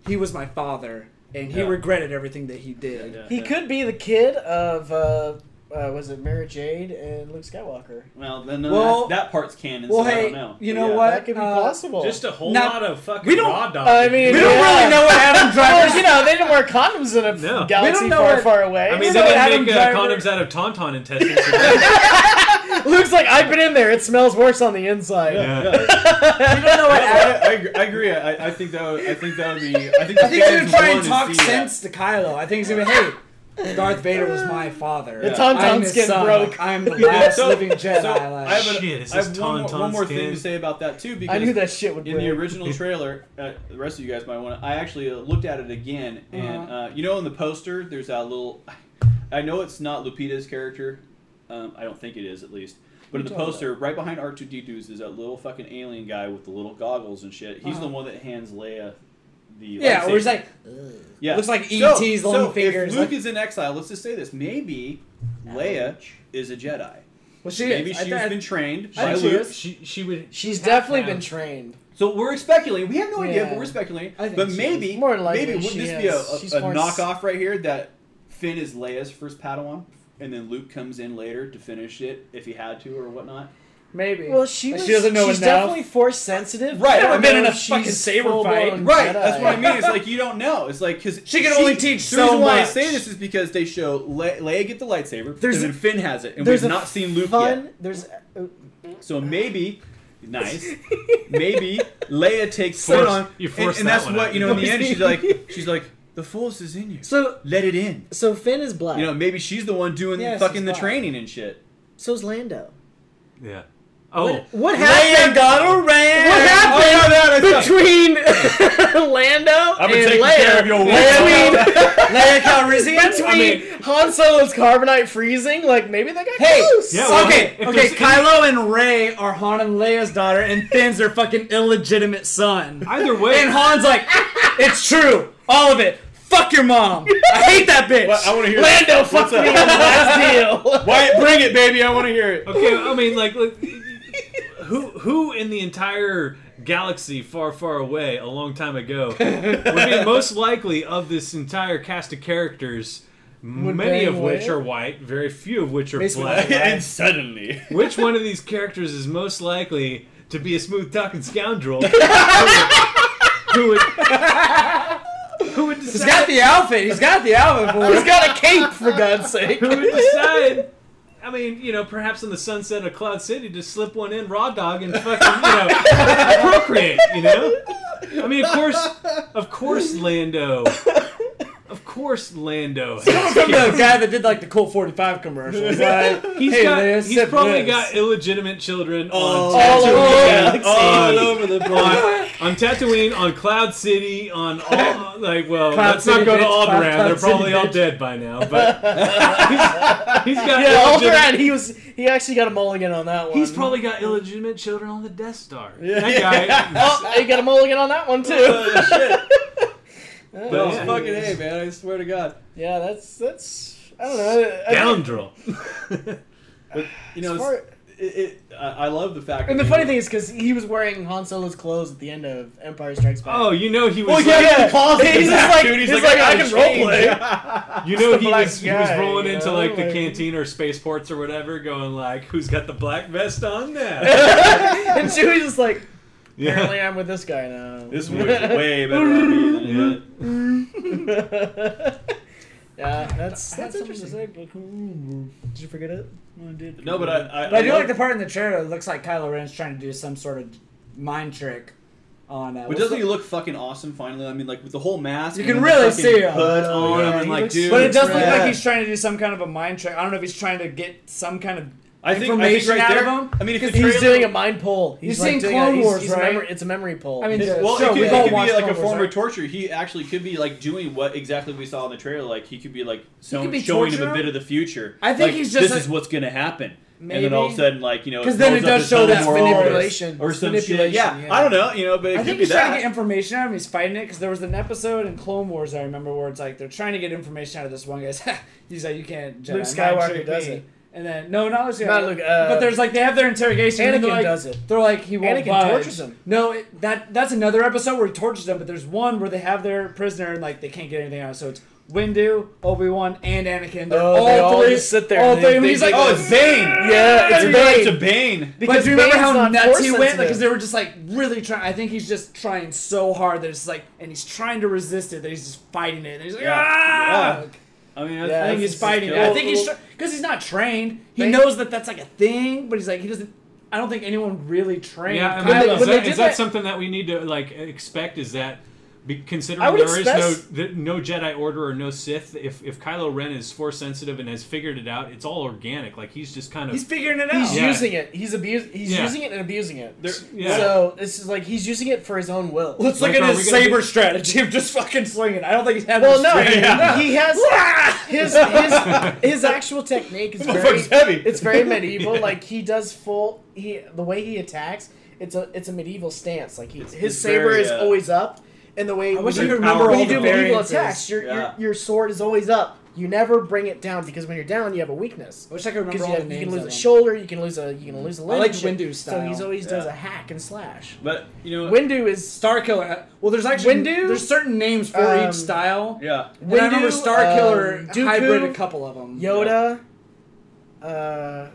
Speaker 4: he was my father and he
Speaker 3: Yeah.
Speaker 4: regretted everything that he did.
Speaker 3: Yeah,
Speaker 2: he
Speaker 3: yeah.
Speaker 2: could be the kid of, uh, uh, was it Mara Jade and Luke Skywalker?
Speaker 3: Well, then no,
Speaker 4: Well-
Speaker 3: that, that part's canon.
Speaker 4: Well,
Speaker 3: so I
Speaker 4: hey,
Speaker 3: don't know.
Speaker 4: you
Speaker 3: But
Speaker 4: know
Speaker 3: yeah.
Speaker 4: what?
Speaker 2: That could be
Speaker 4: Uh,
Speaker 2: possible.
Speaker 5: Just a whole
Speaker 4: Now-
Speaker 5: lot of fucking
Speaker 4: we don't-
Speaker 5: raw dog.
Speaker 2: I mean-
Speaker 4: We don't
Speaker 2: Yeah.
Speaker 4: really know what Adam
Speaker 2: Well,
Speaker 4: Driver's
Speaker 2: you know, they didn't wear condoms in a
Speaker 1: No.
Speaker 4: We
Speaker 2: galaxy
Speaker 4: don't know
Speaker 2: far,
Speaker 4: what-
Speaker 2: far away.
Speaker 1: I mean,
Speaker 4: So
Speaker 1: they
Speaker 4: Adam
Speaker 1: didn't make uh,
Speaker 4: Driver-
Speaker 1: condoms out of tauntaun intestines. yeah.
Speaker 2: Luke's like, I've been in there. It smells worse on the inside.
Speaker 4: we don't know what Adam.
Speaker 3: I, I, agree- I agree. I, I think that would, I think that would be. I think,
Speaker 4: I think he's
Speaker 3: fans
Speaker 4: gonna try and
Speaker 3: wanna
Speaker 4: talk
Speaker 3: see that.
Speaker 4: sense to Kylo. I think he's gonna be hey. Darth Vader was my father.
Speaker 2: The
Speaker 4: I'm
Speaker 2: tauntaun
Speaker 4: his
Speaker 2: skin
Speaker 4: son.
Speaker 2: broke.
Speaker 4: I'm the last
Speaker 3: So-
Speaker 4: living Jedi.
Speaker 3: so
Speaker 4: like-
Speaker 3: I have, a-
Speaker 1: Shit, is
Speaker 3: I have
Speaker 1: this
Speaker 3: one, more, one
Speaker 1: Tauntaun
Speaker 3: more thing
Speaker 1: skin?
Speaker 3: to say about that too. Because
Speaker 2: I knew that shit would
Speaker 3: in the
Speaker 2: break.
Speaker 3: original trailer, uh, the rest of you guys might want to. I actually uh, looked at it again,
Speaker 4: Uh-huh.
Speaker 3: and uh, you know, in the poster, there's that little. I know it's not Lupita's character. Um, I don't think it is, at least. But in the
Speaker 4: talking
Speaker 3: poster, right behind R two D 2s is that little fucking alien guy with the little goggles and shit. He's the one that hands Leia the.
Speaker 4: Uh-huh. yeah,
Speaker 3: lightsaber.
Speaker 4: where he's like,
Speaker 3: Yeah.
Speaker 4: Looks like
Speaker 3: So-
Speaker 4: E.T.'s
Speaker 3: so
Speaker 4: long fingers,
Speaker 3: If Luke
Speaker 4: like-
Speaker 3: is in exile, let's just say this: maybe Leia is a Jedi.
Speaker 4: well, she
Speaker 3: Maybe
Speaker 4: is.
Speaker 3: she's
Speaker 4: I th-
Speaker 3: been trained
Speaker 4: I
Speaker 3: by
Speaker 4: think she
Speaker 3: Luke.
Speaker 4: is.
Speaker 1: she she would.
Speaker 2: She's
Speaker 1: have
Speaker 2: definitely
Speaker 1: to
Speaker 2: been
Speaker 1: have-
Speaker 2: trained.
Speaker 3: So we're speculating. We have no idea,
Speaker 2: Yeah.
Speaker 3: but we're speculating.
Speaker 4: I think
Speaker 3: but
Speaker 4: she
Speaker 3: maybe,
Speaker 2: is. More than likely
Speaker 3: maybe wouldn't
Speaker 2: she
Speaker 3: this be a,
Speaker 2: is. She's
Speaker 3: a, a
Speaker 2: more s-
Speaker 3: knockoff right here that Finn is Leia's first Padawan, and then Luke comes in later to finish it if he had to or whatnot.
Speaker 4: Maybe.
Speaker 2: Well, she
Speaker 4: Like,
Speaker 2: was.
Speaker 4: she doesn't know
Speaker 2: she's
Speaker 4: enough.
Speaker 2: definitely force sensitive.
Speaker 3: Right,
Speaker 2: I don't
Speaker 3: I've been
Speaker 2: know
Speaker 4: in a
Speaker 2: if she's
Speaker 4: fucking saber fight.
Speaker 2: full-blown
Speaker 3: Right,
Speaker 2: Jedi.
Speaker 3: that's what I mean. It's like you don't know. It's like because
Speaker 4: She can only teach
Speaker 3: The
Speaker 4: so
Speaker 3: reason why I
Speaker 4: much.
Speaker 3: say this is because they show Le- Leia get the lightsaber,
Speaker 2: There's
Speaker 3: and then
Speaker 2: a-
Speaker 3: Finn has it, and
Speaker 2: There's
Speaker 3: we've
Speaker 2: a
Speaker 3: not seen Luke
Speaker 2: fun.
Speaker 3: yet.
Speaker 2: There's. uh,
Speaker 3: So maybe, nice. maybe Leia takes
Speaker 1: Force-
Speaker 3: Finn on,
Speaker 1: you
Speaker 3: and-
Speaker 1: forced
Speaker 3: and,
Speaker 1: that
Speaker 3: that's
Speaker 1: one
Speaker 3: what
Speaker 1: out.
Speaker 3: you know. In the end, she's like, she's like, the force is in you.
Speaker 2: So
Speaker 3: Let it in.
Speaker 2: so Finn is black.
Speaker 3: You know, maybe she's the one doing
Speaker 2: Yes,
Speaker 3: fucking
Speaker 2: it's not.
Speaker 3: the training and shit.
Speaker 2: So's Lando.
Speaker 1: Yeah. Oh,
Speaker 2: What, what
Speaker 4: Leia
Speaker 2: happened?
Speaker 4: got around.
Speaker 2: What happened
Speaker 3: Oh, no, that I saw.
Speaker 2: between Lando
Speaker 1: I've been
Speaker 2: and
Speaker 1: taking
Speaker 2: Leia?
Speaker 1: care of your
Speaker 2: between
Speaker 4: Leia Calrissian.
Speaker 2: between Han Solo's carbonite freezing, like maybe they got
Speaker 4: Hey,
Speaker 2: close.
Speaker 1: Yeah, well,
Speaker 4: Okay,
Speaker 1: if
Speaker 4: okay.
Speaker 1: there's
Speaker 4: Kylo and Ray are Han and Leia's daughter, and Finn's their fucking illegitimate son.
Speaker 1: either way,
Speaker 4: And Han's like, it's true, all of it. Fuck your mom. I hate that bitch.
Speaker 3: want to hear
Speaker 2: Lando fucked me on the last deal.
Speaker 3: Wyatt, bring it, baby. I want to hear it.
Speaker 1: okay, I mean, like, like, who who in the entire galaxy far, far away, a long time ago, would be most likely of this entire cast of characters, many
Speaker 2: bang
Speaker 1: of which
Speaker 2: Leia?
Speaker 1: are white, very few of which are
Speaker 2: Basically,
Speaker 1: black.
Speaker 3: and suddenly,
Speaker 1: Which one of these characters is most likely to be a smooth talking scoundrel? who would? Who would
Speaker 4: He's
Speaker 1: decide?
Speaker 4: got the outfit. He's got the outfit for
Speaker 2: He's
Speaker 4: it.
Speaker 2: got a cape for God's sake.
Speaker 1: who would decide? I mean, you know, perhaps in the sunset of Cloud City, to slip one in raw dog and fucking, you know, procreate. You know, I mean, of course, of course, Lando, of course, Lando. Has
Speaker 4: From the guy that did like the Colt 45 commercials. Like,
Speaker 1: He's
Speaker 4: hey,
Speaker 1: got,
Speaker 4: Leia,
Speaker 1: he's
Speaker 4: sip this.
Speaker 1: probably
Speaker 4: Oh,
Speaker 1: got illegitimate children
Speaker 3: all
Speaker 1: on Oh,
Speaker 2: all
Speaker 1: Tatooine.
Speaker 2: over the galaxy.
Speaker 1: All
Speaker 3: over the
Speaker 1: on, on Tatooine, on Cloud City, on all like well,
Speaker 4: Cloud
Speaker 1: let's
Speaker 4: City
Speaker 1: not go to
Speaker 4: bitch,
Speaker 1: Alderaan.
Speaker 4: Cloud- Cloud
Speaker 1: They're probably
Speaker 4: City
Speaker 1: all
Speaker 4: bitch.
Speaker 1: dead by now. But he's, he's got
Speaker 2: Yeah, all
Speaker 1: illegitimate-
Speaker 2: around, he was he actually got a mulligan on that one.
Speaker 1: He's probably got illegitimate children on the Death Star. That guy.
Speaker 2: oh, he got a mulligan on that one too.
Speaker 3: shit.
Speaker 1: but
Speaker 3: Oh,
Speaker 1: yeah.
Speaker 3: fucking a, man! I swear to God.
Speaker 2: Yeah, that's that's I don't know. I-
Speaker 1: Scoundrel.
Speaker 3: You know,
Speaker 2: As
Speaker 3: it's-
Speaker 2: far-
Speaker 3: it, it, I, I love the fact.
Speaker 2: and the
Speaker 3: that they
Speaker 2: funny
Speaker 3: were-
Speaker 2: thing is, because he was wearing Han Solo's clothes at the end of Empire Strikes Back.
Speaker 1: Oh, you know he was.
Speaker 3: Well, yeah,
Speaker 1: like-
Speaker 3: yeah. Paul's
Speaker 2: He's
Speaker 3: in
Speaker 2: just
Speaker 3: the back,
Speaker 2: like-
Speaker 3: dude. He's,
Speaker 2: he's
Speaker 3: like,
Speaker 2: like,
Speaker 3: I,
Speaker 2: I
Speaker 3: can
Speaker 2: can
Speaker 3: role play.
Speaker 1: You know he
Speaker 2: black
Speaker 1: was. he
Speaker 2: guy,
Speaker 1: was rolling
Speaker 2: you
Speaker 1: into
Speaker 2: know,
Speaker 1: like the
Speaker 2: like-
Speaker 1: canteen or spaceports or whatever, going like, "Who's got the black vest on now?"
Speaker 2: and Chewie's just like,
Speaker 1: yeah.
Speaker 2: apparently I'm with this guy now.
Speaker 3: This movie's way better on me than it is.
Speaker 2: yeah,
Speaker 4: I
Speaker 2: that's
Speaker 4: had
Speaker 2: that's
Speaker 4: something to
Speaker 2: interesting.
Speaker 4: say, but, mm,
Speaker 2: Did you forget it?
Speaker 3: No, but I, I,
Speaker 4: But I do
Speaker 3: love-
Speaker 4: like the part in the chair that looks like Kylo Ren's trying to do some sort of mind trick on. Uh,
Speaker 3: But
Speaker 4: what's
Speaker 3: doesn't
Speaker 4: the-
Speaker 3: he look fucking awesome? Finally, I mean, like with the whole mask.
Speaker 4: You
Speaker 3: and
Speaker 4: can
Speaker 3: then the
Speaker 4: really
Speaker 3: fucking
Speaker 4: see him.
Speaker 3: hood
Speaker 2: Oh,
Speaker 3: on
Speaker 2: yeah,
Speaker 3: him,
Speaker 2: he
Speaker 3: like,
Speaker 2: looks-
Speaker 3: dude.
Speaker 4: But it does look
Speaker 3: yeah.
Speaker 4: like he's trying to do some kind of a mind trick. I don't know if he's trying to get some kind of
Speaker 3: I think, I think
Speaker 4: information
Speaker 3: right
Speaker 4: out
Speaker 3: there.
Speaker 4: of him.
Speaker 3: I mean, if the
Speaker 2: He's doing a
Speaker 3: trailer-
Speaker 2: mind pull.
Speaker 4: You've
Speaker 2: He's like
Speaker 4: seen
Speaker 2: doing
Speaker 4: Clone
Speaker 2: a, he's-
Speaker 4: Wars,
Speaker 2: he's a
Speaker 4: right?
Speaker 2: memory, it's a memory pull.
Speaker 4: I mean,
Speaker 3: It's-
Speaker 4: the
Speaker 3: well,
Speaker 4: show,
Speaker 3: it could,
Speaker 4: we've
Speaker 3: it
Speaker 4: all
Speaker 3: could
Speaker 4: watched
Speaker 3: be like
Speaker 4: Clone
Speaker 3: a
Speaker 4: Wars,
Speaker 3: form
Speaker 4: right?
Speaker 3: of torture. He actually could be like doing what exactly we saw in the trailer. Like he could be like so,
Speaker 4: could be
Speaker 3: showing him
Speaker 4: torture
Speaker 3: a
Speaker 4: him?
Speaker 3: bit of the future.
Speaker 4: I think
Speaker 3: Like,
Speaker 4: he's just
Speaker 3: this
Speaker 4: like-
Speaker 3: is what's gonna happen. And then all of a
Speaker 4: Maybe.
Speaker 3: sudden, like you know,
Speaker 4: 'Cause then
Speaker 3: blows
Speaker 4: it
Speaker 3: up
Speaker 4: does
Speaker 3: his
Speaker 4: show
Speaker 3: whole
Speaker 4: that's
Speaker 3: world
Speaker 2: manipulation.
Speaker 3: or some shit.
Speaker 2: Manipulation,
Speaker 3: Yeah,
Speaker 2: yeah.
Speaker 3: I don't know. You know, but it
Speaker 4: I
Speaker 3: could
Speaker 4: think
Speaker 3: be
Speaker 4: he's trying to get
Speaker 3: that.
Speaker 4: information out of him. He's fighting it because there was an episode in Clone Wars I remember where it's like they're trying to get information out of this one guy. he's like, "You can't." Jedi,
Speaker 2: Luke
Speaker 4: mind
Speaker 2: Skywalker
Speaker 4: trick
Speaker 2: does
Speaker 4: me."
Speaker 2: it.
Speaker 4: And then no, not Luke. Skywalker.
Speaker 2: Not Luke, uh,
Speaker 4: but there's like they have their interrogation. and
Speaker 2: Anakin
Speaker 4: they're like,
Speaker 2: does it.
Speaker 4: They're like he won't
Speaker 2: Anakin
Speaker 4: budge.
Speaker 2: tortures him.
Speaker 4: No, it, that that's another episode where he tortures them. But there's one where they have their prisoner and like they can't get anything out. of it. So it's Windu, Obi Wan, and Anakin. They're
Speaker 2: Oh,
Speaker 4: all
Speaker 2: they all
Speaker 4: three
Speaker 2: just sit there
Speaker 4: All
Speaker 2: and
Speaker 4: three.
Speaker 2: they-
Speaker 4: of them.
Speaker 2: they
Speaker 4: He's like,
Speaker 2: do
Speaker 3: Oh,
Speaker 4: oh,
Speaker 3: it's Bane.
Speaker 2: yeah, it's
Speaker 3: You're right,
Speaker 2: Bane.
Speaker 3: It's a Bane.
Speaker 4: because
Speaker 2: Because
Speaker 4: do you remember
Speaker 2: Bane's
Speaker 4: how
Speaker 2: not
Speaker 4: nuts he
Speaker 2: Force
Speaker 4: went? Because
Speaker 2: sensitive.
Speaker 4: they were just like really trying. I think he's just trying so hard that it's like, and he's trying to resist it. That he's just fighting it. And he's like,
Speaker 2: Yeah.
Speaker 4: ah!
Speaker 3: Yeah. I mean,
Speaker 2: Yeah,
Speaker 4: I think
Speaker 2: it's
Speaker 4: he's
Speaker 2: just
Speaker 4: fighting it.
Speaker 2: killed.
Speaker 4: I think he's because he's not trained. He
Speaker 2: Bane-
Speaker 4: knows that that's like a thing, but he's like he doesn't. I don't think anyone really trained.
Speaker 1: Yeah, I
Speaker 4: Kylo.
Speaker 1: mean,
Speaker 2: when
Speaker 1: is,
Speaker 2: they
Speaker 1: that,
Speaker 2: did
Speaker 1: is that
Speaker 2: that-
Speaker 1: something that we need to like expect? Is that be,
Speaker 2: I
Speaker 1: considering
Speaker 2: would
Speaker 1: there is
Speaker 2: expect-
Speaker 1: no th- no Jedi Order or no Sith? If if Kylo Ren is Force sensitive and has figured it out, it's all organic. Like he's just kind of
Speaker 4: he's figuring it out.
Speaker 2: He's
Speaker 1: Yeah.
Speaker 2: using it. He's abusing. He's
Speaker 1: Yeah.
Speaker 2: using it and abusing it.
Speaker 1: There- yeah.
Speaker 2: So this is like he's using it for his own will.
Speaker 4: Let's
Speaker 1: Like,
Speaker 4: look
Speaker 1: are
Speaker 4: at
Speaker 1: we
Speaker 4: his
Speaker 1: gonna
Speaker 4: saber
Speaker 1: be-
Speaker 4: strategy of just fucking swinging. I don't think he's had.
Speaker 2: Well,
Speaker 4: the
Speaker 2: no,
Speaker 4: strength.
Speaker 2: no, he has his his his actual technique is very
Speaker 3: Motherfucker's heavy.
Speaker 2: it's very medieval. Like he does full he the way he attacks. It's a it's a medieval stance. Like he, his
Speaker 3: it's
Speaker 2: saber
Speaker 3: very,
Speaker 2: is
Speaker 3: uh,
Speaker 2: always up, and the way
Speaker 4: I wish I
Speaker 2: when you-
Speaker 4: could remember
Speaker 3: Power
Speaker 4: all
Speaker 2: when you
Speaker 4: the
Speaker 2: do medieval
Speaker 4: variances.
Speaker 2: attacks, your,
Speaker 3: Yeah.
Speaker 2: your your sword is always up. You never bring it down because when you're down, you have a weakness.
Speaker 4: I wish I could remember
Speaker 2: Because
Speaker 4: all
Speaker 2: you,
Speaker 4: the
Speaker 2: have- you
Speaker 4: names.
Speaker 2: can
Speaker 4: of
Speaker 2: lose a
Speaker 4: them. Mm-hmm.
Speaker 2: shoulder, you can lose a you can lose a limb.
Speaker 4: like
Speaker 2: and shit.
Speaker 4: Windu
Speaker 2: So he's
Speaker 4: style.
Speaker 2: always does
Speaker 3: Yeah.
Speaker 2: a hack and slash.
Speaker 3: But you know,
Speaker 2: Windu is
Speaker 4: Star Killer. uh, Well, there's actually
Speaker 2: Windu?
Speaker 4: there's certain names for
Speaker 2: Um,
Speaker 4: each style.
Speaker 3: yeah.
Speaker 4: And I remember
Speaker 2: Windu,
Speaker 4: Star Killer
Speaker 2: um, Dooku,
Speaker 4: hybrid a couple of them.
Speaker 2: Yoda. Uh,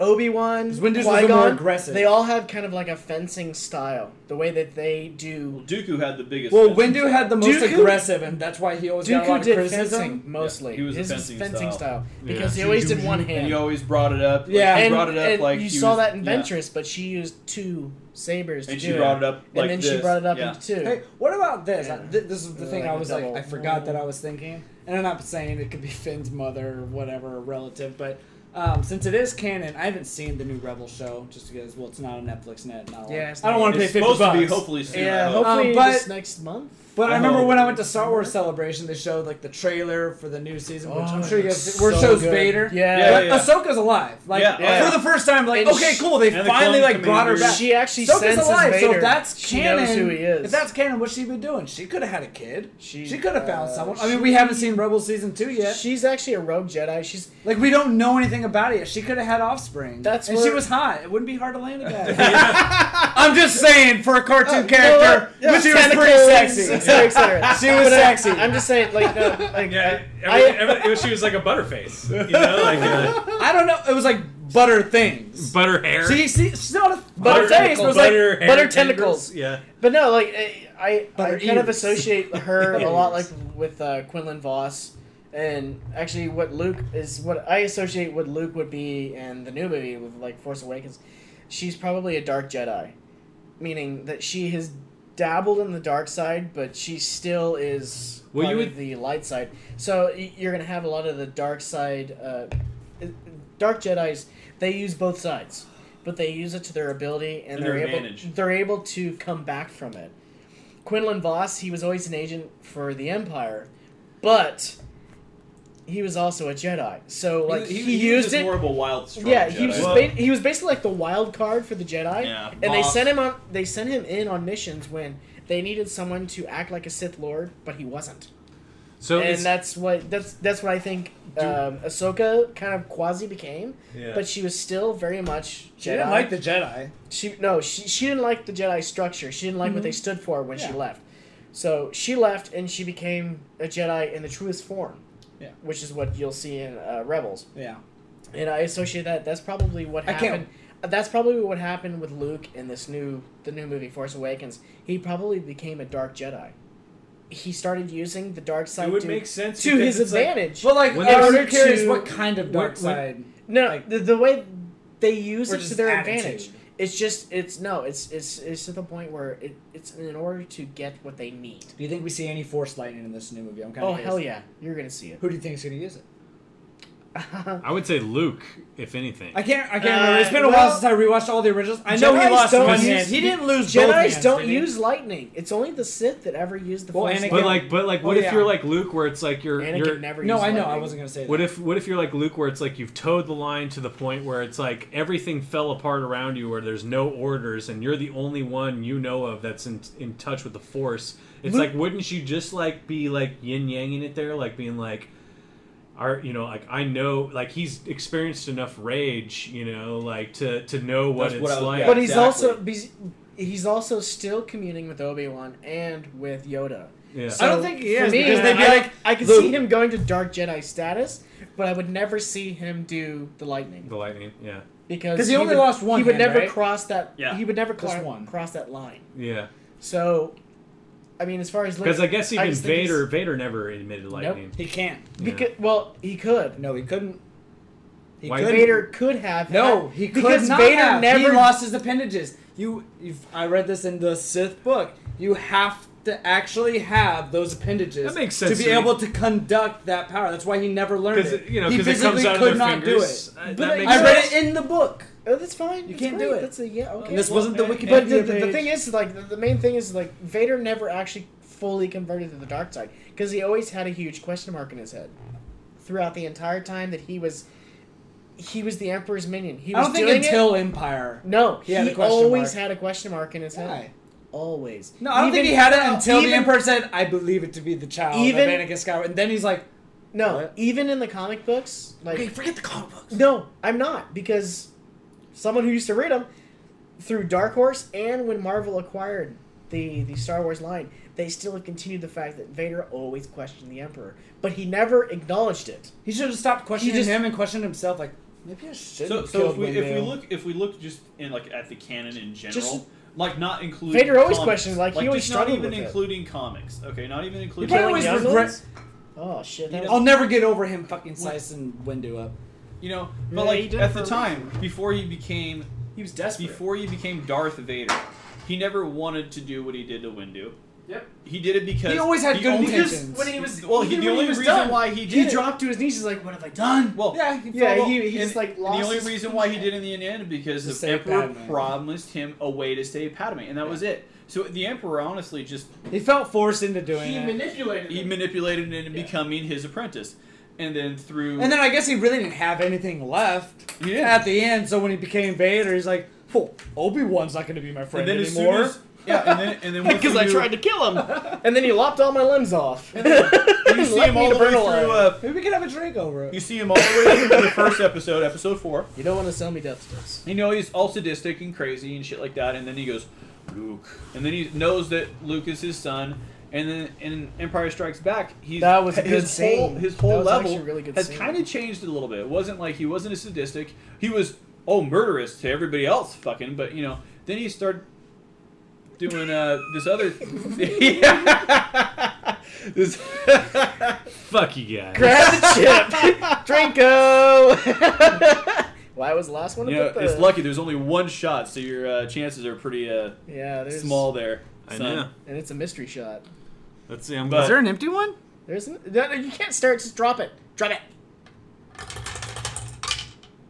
Speaker 2: Obi Wan,
Speaker 4: 'Cause Windu's a little bit more
Speaker 2: Qui-Gon,
Speaker 4: aggressive.
Speaker 2: They all have kind of like a fencing style. The way that they do.
Speaker 3: Well, Dooku had the biggest.
Speaker 4: Well,
Speaker 3: fist.
Speaker 4: Windu had the most
Speaker 2: Dooku-
Speaker 4: aggressive, and that's why he always got a lot
Speaker 2: Dooku
Speaker 4: of
Speaker 2: did
Speaker 4: criticism.
Speaker 2: fencing mostly.
Speaker 3: he was a
Speaker 2: His
Speaker 3: fencing
Speaker 2: fencing style,
Speaker 3: style.
Speaker 2: because he always did one hand.
Speaker 3: And he always brought it up. Like,
Speaker 4: Yeah.
Speaker 3: he
Speaker 2: and,
Speaker 3: brought it up
Speaker 2: and
Speaker 3: like
Speaker 2: you
Speaker 3: he
Speaker 2: saw
Speaker 3: was-
Speaker 2: that in
Speaker 3: yeah.
Speaker 2: Ventress, but she used two sabers to
Speaker 3: And
Speaker 2: do
Speaker 3: she
Speaker 2: it.
Speaker 3: brought it up like
Speaker 2: and then she
Speaker 3: this.
Speaker 2: brought it up
Speaker 3: Yeah.
Speaker 2: into two.
Speaker 4: Hey, what about this?
Speaker 2: Yeah.
Speaker 4: Th- This is the
Speaker 2: Uh,
Speaker 4: thing
Speaker 2: like
Speaker 4: I
Speaker 2: a
Speaker 4: was like,
Speaker 2: double.
Speaker 4: I forgot that I was thinking, and I'm not saying it could be Finn's mother or whatever or relative, but um, since it is canon, I haven't seen the new Rebel show just because well, it's not on Netflix net. Not
Speaker 2: Yeah, it's
Speaker 4: I don't
Speaker 2: not.
Speaker 4: want to pay
Speaker 3: It's
Speaker 4: fifty
Speaker 3: supposed
Speaker 4: bucks.
Speaker 3: to be hopefully soon.
Speaker 2: yeah,
Speaker 3: I hope.
Speaker 2: hopefully
Speaker 4: Um, but-
Speaker 2: this next month.
Speaker 4: But I,
Speaker 3: I
Speaker 4: remember
Speaker 2: Oh.
Speaker 3: hope.
Speaker 4: when I went to Star Wars Celebration, they showed like the trailer for the new season, which
Speaker 2: Oh,
Speaker 4: I'm
Speaker 2: it
Speaker 4: sure you
Speaker 2: looks
Speaker 4: guys where it
Speaker 2: so
Speaker 4: shows
Speaker 2: good.
Speaker 4: Vader.
Speaker 2: Yeah.
Speaker 3: Yeah,
Speaker 4: But
Speaker 3: yeah.
Speaker 4: Ahsoka's alive. Like
Speaker 3: Yeah.
Speaker 2: Yeah.
Speaker 4: for the first time, like
Speaker 2: And
Speaker 4: okay,
Speaker 2: she-
Speaker 4: cool. They
Speaker 5: and the
Speaker 4: finally
Speaker 5: clone
Speaker 4: like brought her
Speaker 5: commander.
Speaker 4: back.
Speaker 2: She actually
Speaker 4: Ahsoka's
Speaker 2: senses
Speaker 4: alive,
Speaker 2: Vader.
Speaker 4: so if that's
Speaker 2: she
Speaker 4: canon.
Speaker 2: knows who he is.
Speaker 4: If that's canon, what's she been doing? She could have had a kid.
Speaker 2: She-
Speaker 4: She, could have found
Speaker 2: uh,
Speaker 4: someone. I mean,
Speaker 2: she-
Speaker 4: we haven't seen Rebel season two yet.
Speaker 2: she's actually a rogue Jedi. She's
Speaker 4: like we don't know anything about it yet. She could have had offspring.
Speaker 2: That's
Speaker 4: and
Speaker 2: where-
Speaker 4: she was hot. It wouldn't be hard to land a guy. I'm just saying, for a
Speaker 2: Uh,
Speaker 4: cartoon character, she was pretty sexy. She was sexy.
Speaker 2: uh, I'm just saying, like, no, like
Speaker 5: Yeah,
Speaker 2: I-
Speaker 5: every, every, she was like a butterface, you know, like uh,
Speaker 4: I don't know. It was like butter things.
Speaker 5: butter hair,
Speaker 4: She, she, she's not a
Speaker 2: Butter
Speaker 4: butter face. It was like
Speaker 5: butter, hair
Speaker 2: butter tentacles.
Speaker 5: tentacles. Yeah,
Speaker 2: But no, like I, I, I
Speaker 4: Butter
Speaker 2: kind of
Speaker 4: ears.
Speaker 2: associate her a lot, like
Speaker 4: Ears.
Speaker 2: with uh, Quinlan Voss, and actually, what Luke is, what I associate what Luke would be in the new movie with like Force Awakens. She's probably a dark Jedi, meaning that she has dabbled in the dark side, but she still is
Speaker 1: Well,
Speaker 2: part
Speaker 1: you
Speaker 2: of
Speaker 1: would-
Speaker 2: the light side. So y- you're gonna have a lot of the dark side. Uh, dark Jedi's they use both sides, but they use it to their ability, and,
Speaker 3: And
Speaker 2: they're
Speaker 3: their
Speaker 2: able
Speaker 3: advantage.
Speaker 2: they're able to come back from it. Quinlan Voss, he was always an agent for the Empire, but he was also a Jedi. So like he,
Speaker 3: was
Speaker 2: used
Speaker 3: just
Speaker 2: it.
Speaker 3: More of a wild strong
Speaker 2: yeah, he
Speaker 3: Jedi.
Speaker 2: was
Speaker 5: Well-
Speaker 2: ba- he was basically like the wild card for the Jedi,
Speaker 3: Yeah,
Speaker 2: and they
Speaker 3: Voss-
Speaker 2: sent him on they sent him in on missions when they needed someone to act like a Sith Lord, but he wasn't.
Speaker 1: So
Speaker 2: and
Speaker 1: it's,
Speaker 2: that's what that's that's what I think um, Ahsoka kind of quasi became,
Speaker 5: yeah.
Speaker 2: but she was still very much Jedi.
Speaker 4: she didn't like the Jedi.
Speaker 2: She no, she she didn't like the Jedi structure. She didn't like what they stood for when she
Speaker 4: Yeah.
Speaker 2: left. So she left and she became a Jedi in the truest form.
Speaker 4: Yeah.
Speaker 2: Which is what you'll see in uh, Rebels.
Speaker 4: Yeah.
Speaker 2: And I associate that that's probably what
Speaker 4: I can't-
Speaker 2: happened. That's probably what happened with Luke in this new the new movie Force Awakens. He probably became a dark Jedi. He started using the dark side
Speaker 5: it would
Speaker 2: to,
Speaker 5: make sense
Speaker 2: to
Speaker 5: because
Speaker 2: his
Speaker 5: it's like-
Speaker 2: advantage.
Speaker 4: Well, like, uh,
Speaker 1: When
Speaker 4: I'm
Speaker 1: they
Speaker 4: just
Speaker 2: were
Speaker 4: curious
Speaker 2: to-
Speaker 4: what kind of dark
Speaker 5: when-
Speaker 4: side.
Speaker 2: No,
Speaker 4: Like-
Speaker 2: the, the way they use
Speaker 4: Or
Speaker 2: it to
Speaker 4: just
Speaker 2: their
Speaker 4: attitude.
Speaker 2: advantage. It's just it's no, it's it's it's to the point where it, it's in order to get what they need.
Speaker 4: Do you think we see any Force lightning in this new movie? I'm kind
Speaker 2: Oh
Speaker 4: of.
Speaker 2: hell yeah, you're gonna see it.
Speaker 4: Who do you think is going to use it?
Speaker 1: I would say Luke, if anything.
Speaker 4: I can't. I can't
Speaker 2: Uh,
Speaker 4: remember. It's been a
Speaker 2: well-
Speaker 4: while since I rewatched all the originals. I know
Speaker 2: Jedis
Speaker 4: he lost
Speaker 2: don't
Speaker 4: one
Speaker 1: use-
Speaker 4: hand. He didn't lose. both
Speaker 2: Jedi's
Speaker 4: hands,
Speaker 2: don't
Speaker 4: did he?
Speaker 2: use lightning. It's only the Sith that ever used the
Speaker 4: Well,
Speaker 2: Force.
Speaker 4: Anakin-
Speaker 1: but like, but like,
Speaker 4: Oh,
Speaker 1: what if
Speaker 4: yeah.
Speaker 1: you're like Luke, where it's like you're
Speaker 2: lightning.
Speaker 1: you're
Speaker 2: Anakin never.
Speaker 4: No,
Speaker 2: used
Speaker 4: I know. I
Speaker 2: lightning.
Speaker 4: wasn't going to say that.
Speaker 1: What if what if you're like Luke, where it's like you've towed the line to the point where it's like everything fell apart around you, where there's no orders, and you're the only one you know of that's in, in touch with the Force. It's
Speaker 2: Luke-
Speaker 1: like, wouldn't you just like be like yin yanging it there, like being like, are you know, like I know, like he's experienced enough rage, you know, like to to know what
Speaker 3: That's
Speaker 1: it's
Speaker 3: what I was-
Speaker 1: like.
Speaker 3: yeah.
Speaker 2: But he's
Speaker 3: Exactly.
Speaker 2: also he's, he's also still communing with Obi Wan and with Yoda.
Speaker 1: Yeah.
Speaker 2: So,
Speaker 4: I don't think he
Speaker 2: for
Speaker 4: is,
Speaker 2: me,
Speaker 4: because they'd be
Speaker 2: I,
Speaker 4: like,
Speaker 2: I could
Speaker 4: "Luke."
Speaker 2: see him going to dark Jedi status, but I would never see him do the lightning.
Speaker 1: the lightning, yeah,
Speaker 2: because
Speaker 4: 'Cause he only
Speaker 2: would,
Speaker 4: lost one
Speaker 2: He would
Speaker 4: hand,
Speaker 2: never
Speaker 4: right?
Speaker 2: cross that.
Speaker 3: Yeah.
Speaker 2: He would never
Speaker 4: Just
Speaker 2: cro-
Speaker 4: one.
Speaker 2: cross that line.
Speaker 1: yeah.
Speaker 2: So, I mean, as far as
Speaker 1: Because I guess even
Speaker 2: just think
Speaker 1: Vader, Vader never admitted lightning.
Speaker 4: he can't?
Speaker 2: he's- Because, well, he could.
Speaker 4: No, he couldn't. He
Speaker 1: Why-
Speaker 4: couldn't.
Speaker 2: Vader could have.
Speaker 4: No,
Speaker 2: had-
Speaker 4: he could
Speaker 2: because
Speaker 4: not
Speaker 2: Vader
Speaker 4: have.
Speaker 2: never
Speaker 4: He lost his appendages. You, you've, I read this in the Sith book. You have to actually have those appendages
Speaker 1: That makes sense
Speaker 4: to be
Speaker 1: to me.
Speaker 4: able to conduct that power. That's why he never learned
Speaker 1: Because
Speaker 4: it.
Speaker 1: you know,
Speaker 4: he
Speaker 1: because it comes
Speaker 4: physically
Speaker 1: out
Speaker 4: could
Speaker 1: of their
Speaker 4: not
Speaker 1: fingers.
Speaker 4: do
Speaker 1: Uh,
Speaker 2: But I-
Speaker 1: that
Speaker 4: it.
Speaker 1: makes
Speaker 4: I
Speaker 1: sense.
Speaker 4: read it in the book.
Speaker 2: Oh, that's fine.
Speaker 4: You
Speaker 2: that's
Speaker 4: can't
Speaker 2: great.
Speaker 4: do it.
Speaker 2: That's a yeah. Okay.
Speaker 4: And this wasn't the Wikipedia
Speaker 2: But the, the, the
Speaker 4: page.
Speaker 2: thing is, like, the, the main thing is, like, Vader never actually fully converted to the dark side because he always had a huge question mark in his head throughout the entire time that he was. He was the Emperor's minion. He
Speaker 4: I
Speaker 2: was
Speaker 4: don't think
Speaker 2: doing it-
Speaker 4: until Empire.
Speaker 2: No,
Speaker 4: He
Speaker 2: he,
Speaker 4: had a question mark.
Speaker 2: always had a question mark in his
Speaker 4: Why?
Speaker 2: head. Always.
Speaker 4: No, I don't
Speaker 2: Even-
Speaker 4: think he had it until the
Speaker 2: even-
Speaker 4: Emperor said, "I believe it to be the child
Speaker 2: Even-
Speaker 4: of Anakin Skywalker," and then he's like,
Speaker 2: No,
Speaker 4: What?
Speaker 2: even in the comic books, like
Speaker 4: forget the comic books."
Speaker 2: no, I'm not because someone who used to read them through Dark Horse and when Marvel acquired the the Star Wars line, they still have continued the fact that Vader always questioned the Emperor, but he never acknowledged it.
Speaker 4: He should have stopped questioning
Speaker 2: just-
Speaker 4: him and questioned himself. Like,
Speaker 2: Maybe I should.
Speaker 3: So, so if we if we look if we look just in like at the canon in general,
Speaker 2: Just-
Speaker 3: like not including
Speaker 2: Vader always
Speaker 3: comics,
Speaker 2: questions, like, he always
Speaker 3: just not
Speaker 2: struggled
Speaker 3: even
Speaker 2: with it.
Speaker 3: including comics. Okay, not even
Speaker 4: You
Speaker 3: including.
Speaker 4: can't always
Speaker 2: killing younglings?
Speaker 4: regret.
Speaker 2: Oh shit! That
Speaker 3: You
Speaker 2: was-
Speaker 4: I'll never get over him fucking slicing Windu up.
Speaker 3: You know,
Speaker 2: Yeah,
Speaker 3: but
Speaker 2: he
Speaker 3: like
Speaker 2: did it
Speaker 3: at
Speaker 2: for
Speaker 3: the
Speaker 2: a
Speaker 3: time before he became
Speaker 4: He was desperate.
Speaker 3: before he became Darth Vader, he never wanted to do what he did to Windu.
Speaker 4: Yep.
Speaker 3: He did it because
Speaker 4: He always had good
Speaker 3: only-
Speaker 4: intentions.
Speaker 3: When he was well, he,
Speaker 4: Even
Speaker 3: the
Speaker 4: when
Speaker 3: only
Speaker 4: he was
Speaker 3: reason
Speaker 4: done,
Speaker 3: why he did
Speaker 2: he
Speaker 3: it-
Speaker 2: dropped to his knees. He's like, "What have I done?"
Speaker 3: Well,
Speaker 4: Yeah, he
Speaker 2: Yeah,
Speaker 4: felt-
Speaker 2: he, he
Speaker 3: and-
Speaker 2: just like
Speaker 3: and
Speaker 2: lost.
Speaker 3: the only
Speaker 2: his-
Speaker 3: reason why he did it in the end because
Speaker 4: To
Speaker 3: the
Speaker 4: save
Speaker 3: emperor
Speaker 4: Padme.
Speaker 3: promised him a way to save Padme, and that was it. So the emperor honestly just
Speaker 4: He felt forced into doing
Speaker 2: he
Speaker 4: it.
Speaker 2: manipulated.
Speaker 3: he
Speaker 2: him.
Speaker 3: manipulated it into becoming his apprentice, and then through
Speaker 4: and then I guess he really didn't have anything left at the end. So when he became Vader, he's like, "Well, Obi Wan's not going to be my friend
Speaker 3: and then as soon
Speaker 4: anymore."
Speaker 3: as- yeah, and then and then once
Speaker 2: because I
Speaker 3: you-
Speaker 2: tried to kill him, and then he lopped all my limbs off.
Speaker 3: you see him all the way through. Uh,
Speaker 4: Maybe we could have a drink over it.
Speaker 3: you see him all the way through the first episode, episode four.
Speaker 2: You don't want to sell me death sticks.
Speaker 3: You know he's all sadistic and crazy and shit like that, and then he goes, Luke, and then he knows that Luke is his son, and then in Empire Strikes Back, he's
Speaker 2: That was a good
Speaker 3: his whole
Speaker 2: scene.
Speaker 3: his
Speaker 2: That
Speaker 3: whole
Speaker 2: was
Speaker 3: level
Speaker 2: actually a really good
Speaker 3: has
Speaker 2: scene.
Speaker 3: kind of changed a little bit. It wasn't like he wasn't as sadistic. He was oh murderous to everybody else, fucking, but you know then he started doing uh this other this
Speaker 1: Fuck you guys.
Speaker 2: Grab the chip, Drinko. why was the last one?
Speaker 3: you
Speaker 2: to
Speaker 3: know
Speaker 2: put the...
Speaker 3: it's lucky there's only one shot, so your uh, chances are pretty uh,
Speaker 2: Yeah, there's
Speaker 3: small there.
Speaker 1: I
Speaker 3: son.
Speaker 1: know.
Speaker 2: and it's a mystery shot.
Speaker 1: Let's see. I'm
Speaker 3: But-
Speaker 1: glad.
Speaker 4: an empty one?
Speaker 2: There isn't. No, no, you can't start. Just drop it. Drop it.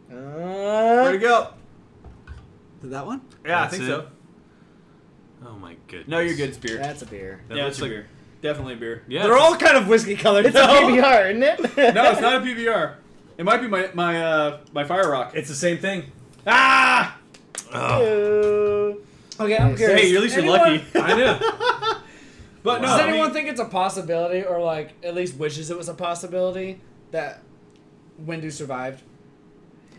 Speaker 3: Where'd
Speaker 2: Uh,
Speaker 3: it go?
Speaker 4: Did that one?
Speaker 3: Yeah,
Speaker 1: That's
Speaker 3: I think
Speaker 1: it.
Speaker 3: so.
Speaker 1: Oh my goodness.
Speaker 3: No, you're good. It's beer.
Speaker 2: that's a beer.
Speaker 1: That
Speaker 3: yeah,
Speaker 1: looks
Speaker 3: it's a
Speaker 1: like-
Speaker 3: beer. Definitely a beer.
Speaker 1: Yeah.
Speaker 4: They're all kind of whiskey colored.
Speaker 2: It's a PBR, isn't it?
Speaker 3: No, it's not a PBR. It might be my my uh, my fire rock.
Speaker 1: It's the same thing.
Speaker 3: ah!
Speaker 2: Uh,
Speaker 1: Oh,
Speaker 2: Ew.
Speaker 4: Okay, I'm
Speaker 2: Hey,
Speaker 4: curious.
Speaker 3: Hey, at least
Speaker 4: Anyone-
Speaker 3: you're lucky.
Speaker 1: I know.
Speaker 3: But no,
Speaker 4: Does
Speaker 3: I mean-
Speaker 4: anyone think it's a possibility, or like at least wishes it was a possibility that Windu survived?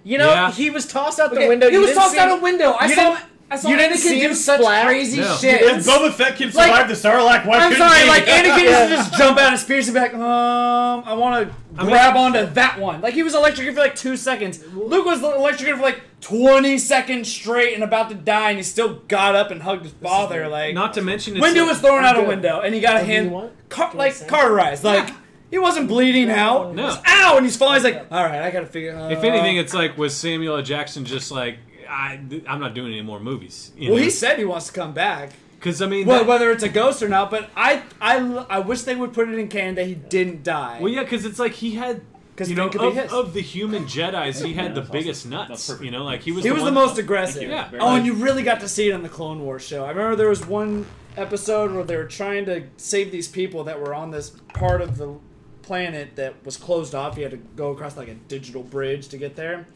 Speaker 2: You know,
Speaker 1: Yeah.
Speaker 2: he was tossed out the
Speaker 4: Okay,
Speaker 2: window.
Speaker 4: He
Speaker 2: you
Speaker 4: was
Speaker 2: didn't
Speaker 4: tossed
Speaker 2: see
Speaker 4: out
Speaker 2: him-
Speaker 4: a window. I
Speaker 2: you
Speaker 4: saw.
Speaker 2: didn't-
Speaker 4: I saw
Speaker 2: you didn't
Speaker 4: Anakin
Speaker 2: see him
Speaker 4: do such
Speaker 2: splash?
Speaker 4: crazy
Speaker 1: No.
Speaker 4: shit.
Speaker 3: if Boba Fett can
Speaker 4: Like-
Speaker 3: survive the Sarlacc, why
Speaker 4: I'm
Speaker 3: couldn't
Speaker 4: sorry,
Speaker 3: he?
Speaker 4: like Anakin
Speaker 2: Yeah.
Speaker 4: doesn't just jump out of spears and be like, um, I want to
Speaker 1: mean-
Speaker 4: grab onto that one. Like he was electrocuted for like two seconds. Luke was electrocuted for like twenty seconds straight and about to die, and he still got up and hugged his father. Like
Speaker 1: Not to mention it's
Speaker 4: window
Speaker 1: like-
Speaker 4: was thrown out a
Speaker 2: good.
Speaker 4: window, and he got a
Speaker 2: do Oh, you
Speaker 4: hand
Speaker 2: want?
Speaker 4: car-
Speaker 2: Do you want
Speaker 4: like
Speaker 2: sand?
Speaker 4: carterized. Like he wasn't bleeding out.
Speaker 1: No.
Speaker 4: Just, ow! And he's falling. He's like, all right, I gotta figure. Uh,
Speaker 1: If anything, it's like was Samuel L. Jackson just like I, I'm not doing any more movies. You
Speaker 4: well, he said he wants to come back.
Speaker 1: because I mean,
Speaker 4: Well,
Speaker 1: that-
Speaker 4: whether it's a ghost or not, but I, I, I wish they would put it in canon that he didn't die.
Speaker 1: well, yeah, because it's like he had.
Speaker 4: 'Cause
Speaker 1: You know,
Speaker 4: Finn could be
Speaker 1: of,
Speaker 4: his.
Speaker 1: of the human Jedi's, he had the
Speaker 3: that's
Speaker 1: biggest
Speaker 3: awesome. That's
Speaker 1: nuts.
Speaker 3: perfect.
Speaker 1: You know, like he was.
Speaker 4: He was the
Speaker 1: one-
Speaker 4: most aggressive.
Speaker 1: Yeah.
Speaker 3: Very
Speaker 4: Oh, and
Speaker 3: nice.
Speaker 4: you really got to see it on the Clone Wars show. I remember there was one episode where they were trying to save these people that were on this part of the planet that was closed off. You had to go across like a digital bridge to get there.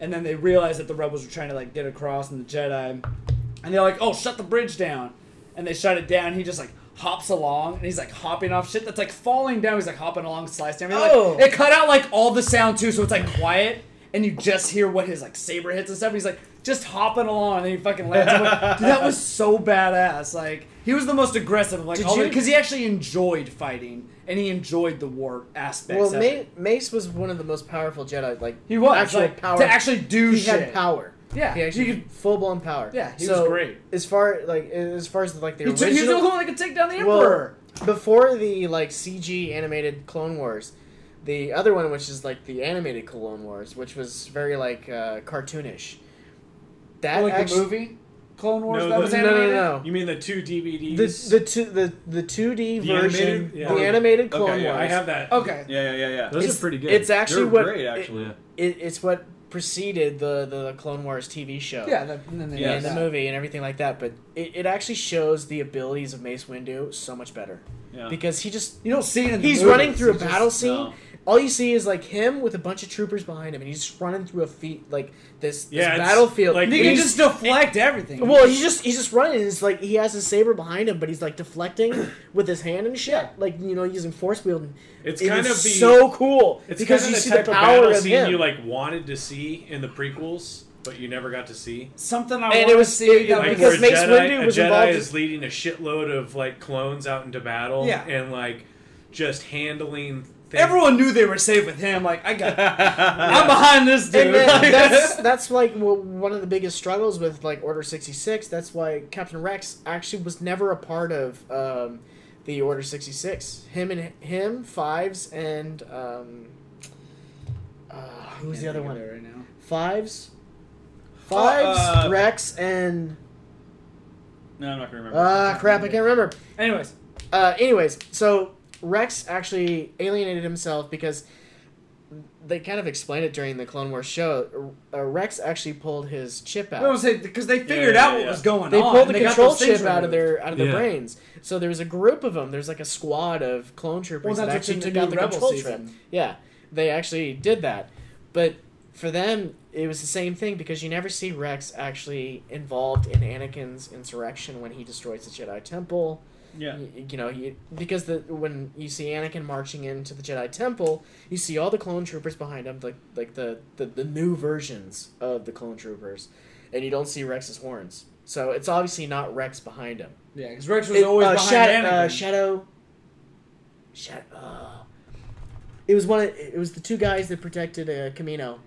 Speaker 4: And then they realized that the rebels were trying to like get across and the Jedi and they're like, "Oh, shut the bridge down." And they shut it down. He just like hops along and he's like hopping off shit that's like falling down. He's like hopping along, slicing everything.
Speaker 2: Oh.
Speaker 4: Like, it cut out like all the sound too, so it's like quiet, and you just hear what his like saber hits and stuff. He's like just hopping along, and then he fucking lands. I'm like, Dude, that was so badass. Like he was the most aggressive. Like
Speaker 2: Did you-
Speaker 4: because he actually enjoyed fighting and he enjoyed the war aspects.
Speaker 2: Well,
Speaker 4: of
Speaker 2: Ma-
Speaker 4: it.
Speaker 2: Mace was one of the most powerful Jedi. Like
Speaker 4: he was
Speaker 2: actual
Speaker 4: like,
Speaker 2: power.
Speaker 4: to actually do
Speaker 2: he
Speaker 4: shit.
Speaker 2: had power.
Speaker 4: Yeah,
Speaker 2: he actually
Speaker 4: he could-
Speaker 2: full blown power.
Speaker 4: Yeah, he
Speaker 2: so,
Speaker 4: was great.
Speaker 2: As far like as far as like the
Speaker 4: He, took,
Speaker 2: original,
Speaker 4: he was the only one that could take down the
Speaker 2: Well,
Speaker 4: emperor.
Speaker 2: before the like CG animated Clone Wars, the other one, which is like the animated Clone Wars, which was very like uh, cartoonish. That
Speaker 4: like
Speaker 2: actually,
Speaker 4: the movie Clone Wars
Speaker 5: No,
Speaker 4: that
Speaker 5: the-
Speaker 4: was
Speaker 2: No, no,
Speaker 4: animated.
Speaker 2: no, no.
Speaker 5: You mean the two DVDs?
Speaker 2: The the two the the two D
Speaker 5: The
Speaker 2: version,
Speaker 5: animated? Yeah.
Speaker 2: the animated Clone
Speaker 3: yeah,
Speaker 2: Wars.
Speaker 5: I have that.
Speaker 4: Okay.
Speaker 3: yeah, yeah, yeah, yeah.
Speaker 1: Those
Speaker 2: It's-
Speaker 1: are pretty good.
Speaker 2: It's actually
Speaker 3: They're
Speaker 2: what
Speaker 3: great,
Speaker 2: it-
Speaker 3: actually.
Speaker 1: Yeah.
Speaker 2: It, it's what preceded the, the Clone Wars TV show.
Speaker 4: Yeah, that, and then they
Speaker 3: Yeah,
Speaker 2: And
Speaker 4: made
Speaker 2: the
Speaker 4: that.
Speaker 2: movie and everything like that, but it, it actually shows the abilities of Mace Windu so much better
Speaker 3: Yeah.
Speaker 2: because he just
Speaker 4: You don't see it in the
Speaker 2: he's
Speaker 4: movies.
Speaker 2: running through a
Speaker 4: It's just-
Speaker 2: battle scene.
Speaker 3: no.
Speaker 2: All you see is like him with a bunch of troopers behind him, and he's just running through a feet like this, this
Speaker 5: Yeah, it's
Speaker 2: battlefield.
Speaker 5: like-
Speaker 2: And
Speaker 4: He can
Speaker 2: he's-
Speaker 4: just deflect everything.
Speaker 2: well, he's just he's just running. And it's like he has his saber behind him, but he's like deflecting with his hand and shit, like you know, using force wielding.
Speaker 5: It's
Speaker 2: It
Speaker 5: kind
Speaker 2: is
Speaker 5: of the-
Speaker 2: so cool
Speaker 5: it's
Speaker 2: because
Speaker 5: kind
Speaker 2: you
Speaker 5: of
Speaker 2: see
Speaker 5: the type
Speaker 2: the
Speaker 5: of
Speaker 2: power
Speaker 5: battle
Speaker 2: of,
Speaker 5: scene
Speaker 2: him.
Speaker 5: you like wanted to see in the prequels, but you never got to see.
Speaker 4: something I
Speaker 2: and
Speaker 4: want
Speaker 2: it
Speaker 4: to
Speaker 2: was
Speaker 4: see.
Speaker 2: it-
Speaker 4: That
Speaker 5: Like
Speaker 4: was,
Speaker 2: because
Speaker 5: where
Speaker 2: Mace
Speaker 5: a Jedi,
Speaker 2: Windu
Speaker 5: a
Speaker 2: was
Speaker 5: Jedi
Speaker 2: involved in-
Speaker 5: is leading a shitload of like clones out into battle,
Speaker 4: Yeah.
Speaker 5: and like just handling
Speaker 1: thing.
Speaker 4: Everyone knew they were safe with him. Like I got, I'm behind this dude.
Speaker 2: And that-
Speaker 4: Like,
Speaker 2: that's that's like w- one of the biggest struggles with like Order sixty six. That's why Captain Rex actually was never a part of um, the Order sixty six. Him and him Fives and um, uh, who was the other one?
Speaker 4: right now?
Speaker 2: Fives, Fives,
Speaker 3: uh,
Speaker 2: Rex, and
Speaker 3: No, I'm not gonna remember.
Speaker 2: uh, crap, I can't remember.
Speaker 4: Anyways,
Speaker 2: Uh, anyways, so Rex actually alienated himself because they kind of explained it during the Clone Wars show. Uh, Rex actually pulled his chip
Speaker 4: I
Speaker 2: out.
Speaker 4: was gonna say because they figured
Speaker 3: yeah,
Speaker 4: out what
Speaker 3: yeah.
Speaker 4: was going
Speaker 2: they
Speaker 4: on.
Speaker 2: pulled
Speaker 4: and
Speaker 2: the
Speaker 4: got
Speaker 2: control
Speaker 4: those things
Speaker 2: chip out of
Speaker 4: removed.
Speaker 2: their out of their
Speaker 1: Yeah.
Speaker 2: brains. So there was a group of them. There's like a squad of clone troopers
Speaker 4: Well,
Speaker 2: that
Speaker 4: that's what's
Speaker 2: actually
Speaker 4: in the
Speaker 2: took out
Speaker 4: new
Speaker 2: the
Speaker 4: Rebel
Speaker 2: control
Speaker 4: season.
Speaker 2: chip. Yeah, they actually did that. But for them, it was the same thing because you never see Rex actually involved in Anakin's insurrection when he destroys the Jedi Temple.
Speaker 3: Yeah.
Speaker 2: Y- You, know, you, because the when you see Anakin marching into the Jedi Temple, you see all the clone troopers behind him, like like the, the, the new versions of the clone troopers, and you don't see Rex's horns. So it's obviously not Rex behind him.
Speaker 4: Yeah, because Rex was
Speaker 2: It-
Speaker 4: always
Speaker 2: uh,
Speaker 4: behind
Speaker 2: Shad-
Speaker 4: Anakin.
Speaker 2: uh, Shadow. Shadow. Uh, it was one. Of, it was the two guys that protected uh, Camino.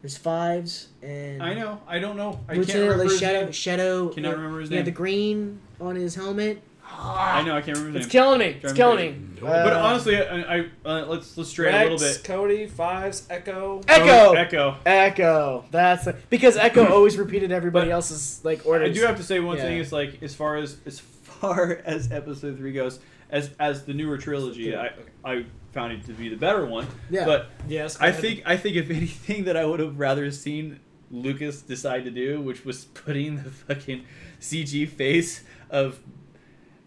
Speaker 2: There's fives and
Speaker 3: I know. I don't know. I can't
Speaker 2: Lieutenant
Speaker 3: remember.
Speaker 2: like
Speaker 3: His
Speaker 2: Shadow.
Speaker 3: name.
Speaker 2: Shadow.
Speaker 3: Cannot
Speaker 2: yeah,
Speaker 3: remember his
Speaker 2: yeah,
Speaker 3: name.
Speaker 2: the green on his helmet.
Speaker 4: Ah,
Speaker 3: I know. I can't remember his
Speaker 2: It's
Speaker 3: name.
Speaker 2: killing me. It's
Speaker 3: Driving
Speaker 2: killing
Speaker 3: crazy.
Speaker 2: me.
Speaker 3: but
Speaker 2: Uh,
Speaker 3: honestly, I, I uh, let's let's stray a little
Speaker 4: Rex,
Speaker 3: bit.
Speaker 4: Cody, Fives, Echo.
Speaker 2: Echo.
Speaker 3: Echo.
Speaker 2: Echo. That's a, because Echo always repeated everybody
Speaker 3: But
Speaker 2: else's like orders.
Speaker 3: I do have to say one
Speaker 2: Yeah.
Speaker 3: thing is like as far as as far as episode three goes, as as the newer trilogy, I I found it to be the better one.
Speaker 2: Yeah.
Speaker 3: But
Speaker 4: Yes,
Speaker 3: I think I think if anything that I would have rather seen Lucas decide to do, which was putting the fucking CG face of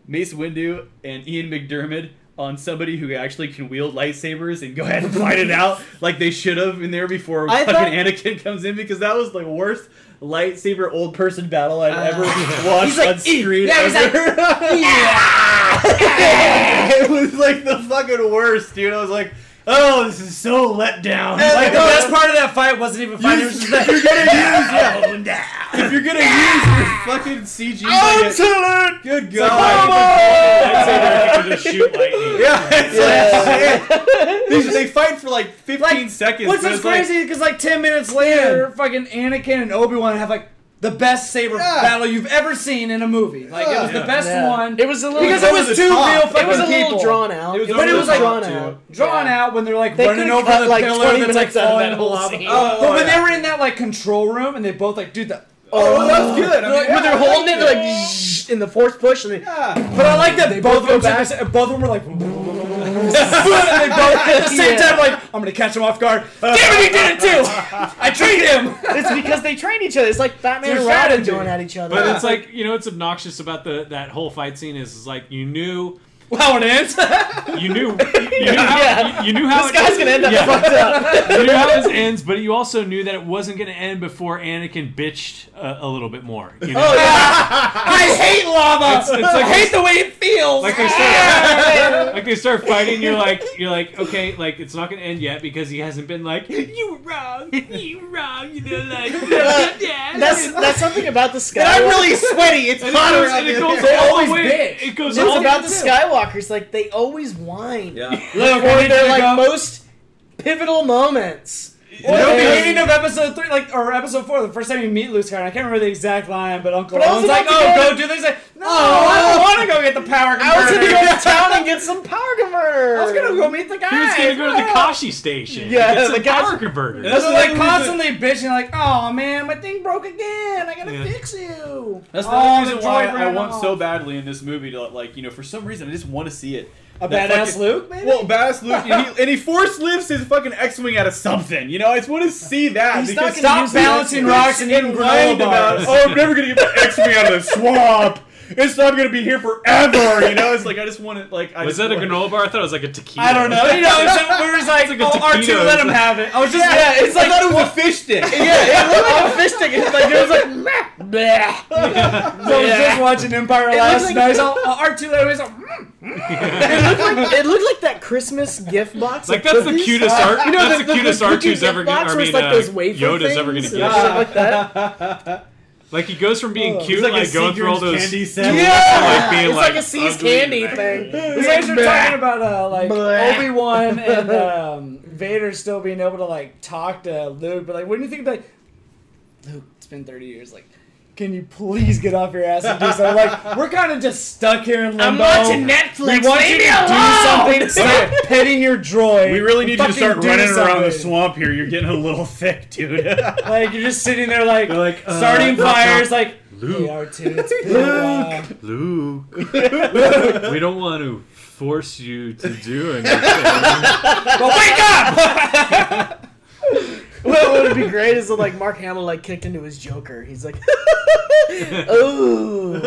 Speaker 3: Mace Windu and Ian McDermott on somebody who actually can wield lightsabers and go ahead and fight it out like they should have in there before
Speaker 2: I
Speaker 3: fucking
Speaker 2: thought-
Speaker 3: Anakin comes in because that was the worst lightsaber old person battle I've ever watched
Speaker 2: Uh, He's like,
Speaker 3: on screen.
Speaker 2: yeah, he's like,
Speaker 3: ever. it was like the fucking worst, dude. I was like, oh, this is so let down.
Speaker 4: Like
Speaker 3: Like,
Speaker 4: the best part of that fight wasn't even fighting. It was
Speaker 3: Use-
Speaker 4: just
Speaker 3: if
Speaker 4: that
Speaker 3: you're gonna use, yeah. if you're gonna use your fucking CG, like
Speaker 2: Absolute.
Speaker 3: good
Speaker 2: Come
Speaker 3: god.
Speaker 2: on!
Speaker 5: Lightsaber can just shoot lightning.
Speaker 3: Yeah, it's
Speaker 2: Yeah.
Speaker 3: like shit. They, they fight for like 15 seconds.
Speaker 4: What's
Speaker 3: and
Speaker 4: what's
Speaker 3: it's like,
Speaker 4: crazy? Because like ten minutes later, fucking Anakin and Obi Wan have like the best saber
Speaker 3: Yeah.
Speaker 4: battle you've ever seen in a movie. Like it was
Speaker 3: Yeah.
Speaker 4: the best
Speaker 2: Yeah.
Speaker 4: one.
Speaker 2: It was a little
Speaker 4: because it
Speaker 3: over
Speaker 4: was
Speaker 3: the
Speaker 4: two
Speaker 3: top.
Speaker 4: real
Speaker 3: It
Speaker 4: fucking
Speaker 2: It was a little
Speaker 4: people.
Speaker 2: drawn out.
Speaker 3: It was
Speaker 2: but
Speaker 3: over
Speaker 2: it was
Speaker 3: the
Speaker 2: like
Speaker 3: top,
Speaker 2: drawn
Speaker 3: too.
Speaker 2: out.
Speaker 4: Drawn
Speaker 2: Yeah.
Speaker 4: out when they're like
Speaker 2: They
Speaker 4: running
Speaker 2: could've
Speaker 4: over
Speaker 2: cut,
Speaker 4: the
Speaker 2: like,
Speaker 4: pillar
Speaker 2: 20
Speaker 4: that's like
Speaker 2: minutes out of
Speaker 4: falling
Speaker 2: that
Speaker 4: in
Speaker 2: whole
Speaker 4: lava.
Speaker 2: scene.
Speaker 3: Oh,
Speaker 4: but when
Speaker 3: yeah.
Speaker 4: they were in that like control room and they both like do the
Speaker 3: Oh, that's good. I
Speaker 2: They're like,
Speaker 3: mean,
Speaker 2: when
Speaker 3: yeah,
Speaker 2: they're holding it,
Speaker 3: that's
Speaker 2: they're like "Shh," in the force push, and they,
Speaker 3: Yeah.
Speaker 4: But I like that both,
Speaker 2: both
Speaker 4: of
Speaker 2: go
Speaker 4: them took a- both of them were like, and they both at the same
Speaker 2: Yeah.
Speaker 4: time like, I'm gonna catch him off guard. Damn
Speaker 2: Damn
Speaker 4: it,
Speaker 2: it, he did it too.
Speaker 4: I trained him.
Speaker 2: it's because they train each other. It's like Batman
Speaker 4: They're
Speaker 2: and Robin
Speaker 4: strategy.
Speaker 2: going at each other.
Speaker 1: But it's like you know, it's obnoxious about the that whole fight scene is, is like you knew
Speaker 4: Wow, it is.
Speaker 1: you knew you knew how,
Speaker 2: Yeah.
Speaker 1: you, you knew how
Speaker 2: this
Speaker 1: it-
Speaker 2: guy's gonna end up
Speaker 1: Yeah.
Speaker 2: fucked up.
Speaker 1: you knew how this ends, but you also knew that it wasn't going to end before Anakin bitched a, a little bit more. You know?
Speaker 2: Oh yeah.
Speaker 4: I hate lava.
Speaker 1: It's- it's
Speaker 4: I
Speaker 1: like-
Speaker 4: hate the way it feels.
Speaker 1: Like they start, like they start fighting. You're like, you're like, okay, like it's not going to end yet because he hasn't been like, you were wrong, you were wrong, you know, like, yeah.
Speaker 2: That's that's something about the Skywalker.
Speaker 3: sweaty. It's
Speaker 1: and it goes, and it goes all the way. It goes
Speaker 2: It's
Speaker 1: all
Speaker 2: about the
Speaker 1: way.
Speaker 2: Skywalkers. Like they always whine
Speaker 3: Yeah.
Speaker 4: Look,
Speaker 2: for
Speaker 4: we need
Speaker 2: their
Speaker 4: to
Speaker 2: like
Speaker 4: go-
Speaker 2: most pivotal moments.
Speaker 4: Well,
Speaker 2: Yeah.
Speaker 4: the beginning of episode three, like or episode four, the first time you meet Luke Skywalker, I can't remember the exact line, but Uncle
Speaker 2: But I was
Speaker 4: Owen's like,
Speaker 2: about to
Speaker 4: "Oh,
Speaker 2: go-
Speaker 4: go do this." Like, no, I don't want to go get the power
Speaker 2: I was gonna
Speaker 4: converter.
Speaker 2: go to town and get some power converter.
Speaker 4: I was gonna go meet the guy.
Speaker 1: He was going to go to the Kashi station.
Speaker 2: Yeah,
Speaker 1: it's
Speaker 2: the
Speaker 1: a
Speaker 2: Kashi-
Speaker 1: power converter.
Speaker 3: That's
Speaker 4: So
Speaker 3: another
Speaker 4: like
Speaker 3: reason-
Speaker 4: constantly bitching, like, "Oh man, my thing broke again. I gotta
Speaker 1: Yeah.
Speaker 4: fix you."
Speaker 3: That's
Speaker 4: Oh,
Speaker 3: another
Speaker 4: the
Speaker 3: reason why
Speaker 4: droid
Speaker 3: I
Speaker 4: ran
Speaker 3: want
Speaker 4: off.
Speaker 3: so badly in this movie to like you know for some reason I just want to see it.
Speaker 4: A
Speaker 3: That
Speaker 4: badass
Speaker 3: fucking-
Speaker 4: Luke, maybe.
Speaker 3: Well, badass Luke, and he, and he force lifts his fucking X-wing out of something. You know, I just want to see that.
Speaker 2: He's not
Speaker 3: because
Speaker 2: gonna
Speaker 4: Stop
Speaker 2: use the
Speaker 4: balancing
Speaker 2: X-Men.
Speaker 4: rocks and eating granola
Speaker 3: whined about,
Speaker 4: bars.
Speaker 3: oh, I'm never gonna get my X-wing out of the swamp. It's not gonna be here forever. You know, it's like I just want to like. I
Speaker 1: was
Speaker 3: just
Speaker 1: that a
Speaker 3: want-
Speaker 1: granola bar? I thought it was like a tequila.
Speaker 4: I don't know. You know, so we were just like,
Speaker 1: It's like
Speaker 4: "Oh,
Speaker 1: a
Speaker 4: R2,
Speaker 1: taquito.
Speaker 4: let him have it." I was just,
Speaker 2: Yeah,
Speaker 4: yeah, it's
Speaker 3: I
Speaker 4: like,
Speaker 3: thought it was a fish stick.
Speaker 2: Yeah, it looked like a fish stick. It's like it was like meh, bleh.
Speaker 4: I was just watching Empire
Speaker 2: It
Speaker 4: last
Speaker 2: looks like-
Speaker 4: night. It's all, uh, R2, let him. It's all, mm.
Speaker 2: It looked like it looked like that Christmas gift box.
Speaker 1: Like
Speaker 2: of
Speaker 1: that's the
Speaker 2: cookies.
Speaker 1: cutest art.
Speaker 2: You know,
Speaker 1: that's the,
Speaker 2: the,
Speaker 1: cutest
Speaker 2: the
Speaker 1: R2's
Speaker 2: cookie
Speaker 4: uh,
Speaker 2: gift
Speaker 1: ever gonna.
Speaker 2: box
Speaker 1: I
Speaker 2: where
Speaker 1: mean,
Speaker 2: it's like
Speaker 1: uh,
Speaker 2: those wafer
Speaker 1: Yoda's
Speaker 2: things
Speaker 1: ever gonna
Speaker 2: and
Speaker 1: get.
Speaker 2: shit like that.
Speaker 1: Like he goes from being cute,
Speaker 5: It's
Speaker 1: like,
Speaker 5: like a
Speaker 1: going through all
Speaker 5: Seeger's
Speaker 1: those
Speaker 5: candy
Speaker 1: to,
Speaker 5: set.
Speaker 1: like, being,
Speaker 2: it's like, a See's
Speaker 1: ugly
Speaker 2: candy
Speaker 1: and-
Speaker 2: thing.
Speaker 4: You guys are talking about uh, like Obi Wan and um, Vader still being able to like talk to Luke, but like, what do you think? Like, Luke, it's been thirty years. Like, can you please get off your ass and do something? Like, we're kind of just stuck here in limbo.
Speaker 2: I'm watching Netflix.
Speaker 4: We want
Speaker 2: Leave
Speaker 4: you
Speaker 2: me
Speaker 4: to
Speaker 2: alone.
Speaker 4: do something. Stop petting your droid.
Speaker 5: We really need you to
Speaker 4: Fucking
Speaker 5: start
Speaker 4: do
Speaker 5: running around the
Speaker 4: something.
Speaker 5: swamp here. You're getting a little thick, dude.
Speaker 4: Like you're just sitting there, like,
Speaker 5: You're like, uh,
Speaker 4: starting
Speaker 5: Rock,
Speaker 4: fires, like
Speaker 1: Luke,
Speaker 4: "Hey, R2, it's been a while."
Speaker 1: Luke, we don't want to force you to do anything.
Speaker 2: Well, wake up! what would be great is if, like Mark Hamill like kicked into his Joker. He's like, ooh,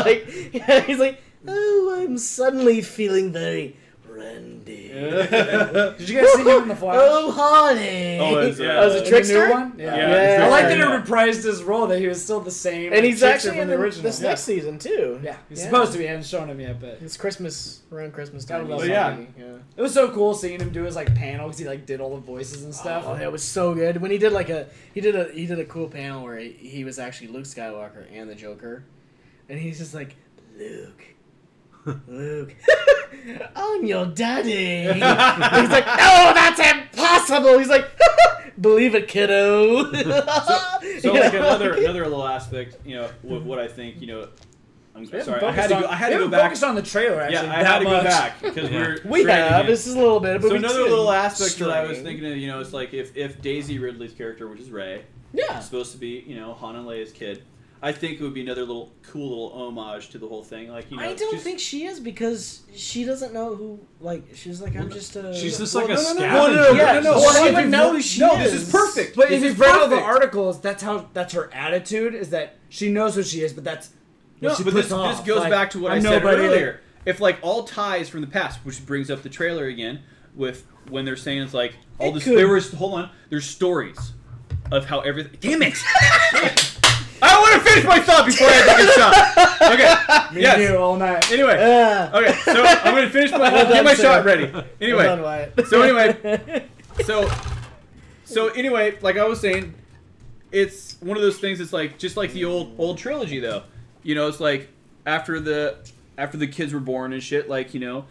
Speaker 2: like yeah, he's like, oh, I'm suddenly feeling very randy.
Speaker 4: Did you guys see him in the Flash?
Speaker 2: Oh, honey.
Speaker 5: Oh, it's, yeah.
Speaker 2: As
Speaker 5: The new
Speaker 2: a
Speaker 4: uh, The
Speaker 2: trickster.
Speaker 4: new one? Yeah.
Speaker 5: Yeah.
Speaker 4: I like that
Speaker 2: Yeah.
Speaker 4: it reprised his role; that he was still the same.
Speaker 2: And he's
Speaker 4: trickster
Speaker 2: actually in
Speaker 4: from
Speaker 2: the,
Speaker 4: the original.
Speaker 2: this next season too.
Speaker 4: Yeah, he's supposed to be. I haven't shown him yet, but
Speaker 2: It's Christmas around Christmas
Speaker 4: Gotta
Speaker 2: time.
Speaker 4: love
Speaker 2: he's
Speaker 5: that
Speaker 2: on
Speaker 4: movie.
Speaker 2: TV, yeah.
Speaker 3: Oh,
Speaker 4: it was so cool seeing him do his like panel because he like did all the voices and stuff.
Speaker 2: Oh, that was so good. When he did like a he did a he did a cool panel where he, he was actually Luke Skywalker and the Joker, and he's just like Luke, Luke, I'm your daddy. he's like, no, that's impossible. He's like, believe it, kiddo.
Speaker 3: So
Speaker 2: You
Speaker 3: like
Speaker 2: know?
Speaker 3: another another little aspect, you know, what, what I think, you know, I'm
Speaker 4: We haven't
Speaker 3: sorry, I
Speaker 4: focused
Speaker 3: had to
Speaker 4: on-
Speaker 3: go, I had
Speaker 4: we
Speaker 3: to go
Speaker 4: haven't
Speaker 3: back.
Speaker 4: Focused on the trailer, actually.
Speaker 3: Yeah, I
Speaker 4: that
Speaker 3: had to go
Speaker 4: much.
Speaker 3: back because
Speaker 1: Yeah.
Speaker 3: we're
Speaker 2: we
Speaker 3: straying
Speaker 2: have
Speaker 3: again.
Speaker 2: this is a little bit, but
Speaker 3: So
Speaker 2: we
Speaker 3: another
Speaker 2: did
Speaker 3: little aspect that I was
Speaker 2: stray.
Speaker 3: thinking of, you know, it's like if if Daisy Ridley's character, which is Ray,
Speaker 2: Yeah,
Speaker 3: is supposed to be, you know, Han and Leia's kid, I think it would be another little cool little homage to the whole thing. Like you know,
Speaker 2: I don't
Speaker 3: just-
Speaker 2: think she is because she doesn't know who. Like she's like I'm just a.
Speaker 1: She's just like
Speaker 5: no,
Speaker 1: a
Speaker 5: no, no,
Speaker 1: scavenger.
Speaker 5: no, no,
Speaker 2: Yeah,
Speaker 5: no,
Speaker 2: or
Speaker 4: she
Speaker 2: she would
Speaker 4: would-
Speaker 2: know who she
Speaker 4: no,
Speaker 2: is.
Speaker 4: this
Speaker 3: is perfect.
Speaker 4: But
Speaker 5: This
Speaker 4: if you've
Speaker 5: is
Speaker 4: read all the
Speaker 5: perfect.
Speaker 4: articles, that's how that's her attitude is that she knows who she is, but that's what
Speaker 3: No,
Speaker 4: she
Speaker 3: but
Speaker 4: puts
Speaker 3: this,
Speaker 4: off.
Speaker 3: this goes
Speaker 4: Like,
Speaker 3: back to what i
Speaker 4: I'm
Speaker 3: said
Speaker 4: nobody.
Speaker 3: earlier. If like all ties from the past, which brings up the trailer again, with when they're saying it's like all
Speaker 2: It
Speaker 3: this.
Speaker 2: could-
Speaker 3: There was hold on. There's stories of how everything. Damn it! I want to finish my thought before I take a shot. Okay.
Speaker 4: Me
Speaker 3: yes.
Speaker 4: and you all night.
Speaker 3: Anyway.
Speaker 2: Yeah.
Speaker 3: Okay. So I'm gonna finish my. I'll get my shot ready. Anyway.
Speaker 2: Hold on, Wyatt.
Speaker 3: So anyway, so so anyway, like I was saying, it's one of those things. It's like just like the old old trilogy, though. You know, it's like after the after the kids were born and shit. Like you know,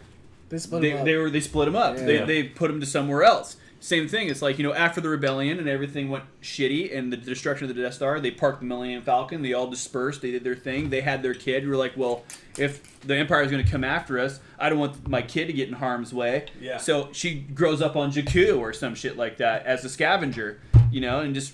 Speaker 2: They split
Speaker 3: they,
Speaker 2: them up.
Speaker 3: they were they split them up. They
Speaker 1: Yeah.
Speaker 3: they put them to somewhere else. Same thing. It's like you know after the rebellion and everything went shitty and the destruction of the Death Star, they parked the Millennium Falcon. They all dispersed. They did their thing. They had their kid. We were like, well, if the Empire is going to come after us, I don't want my kid to get in harm's way.
Speaker 5: Yeah.
Speaker 3: So she grows up on Jakku or some shit like that as a scavenger, you know, and just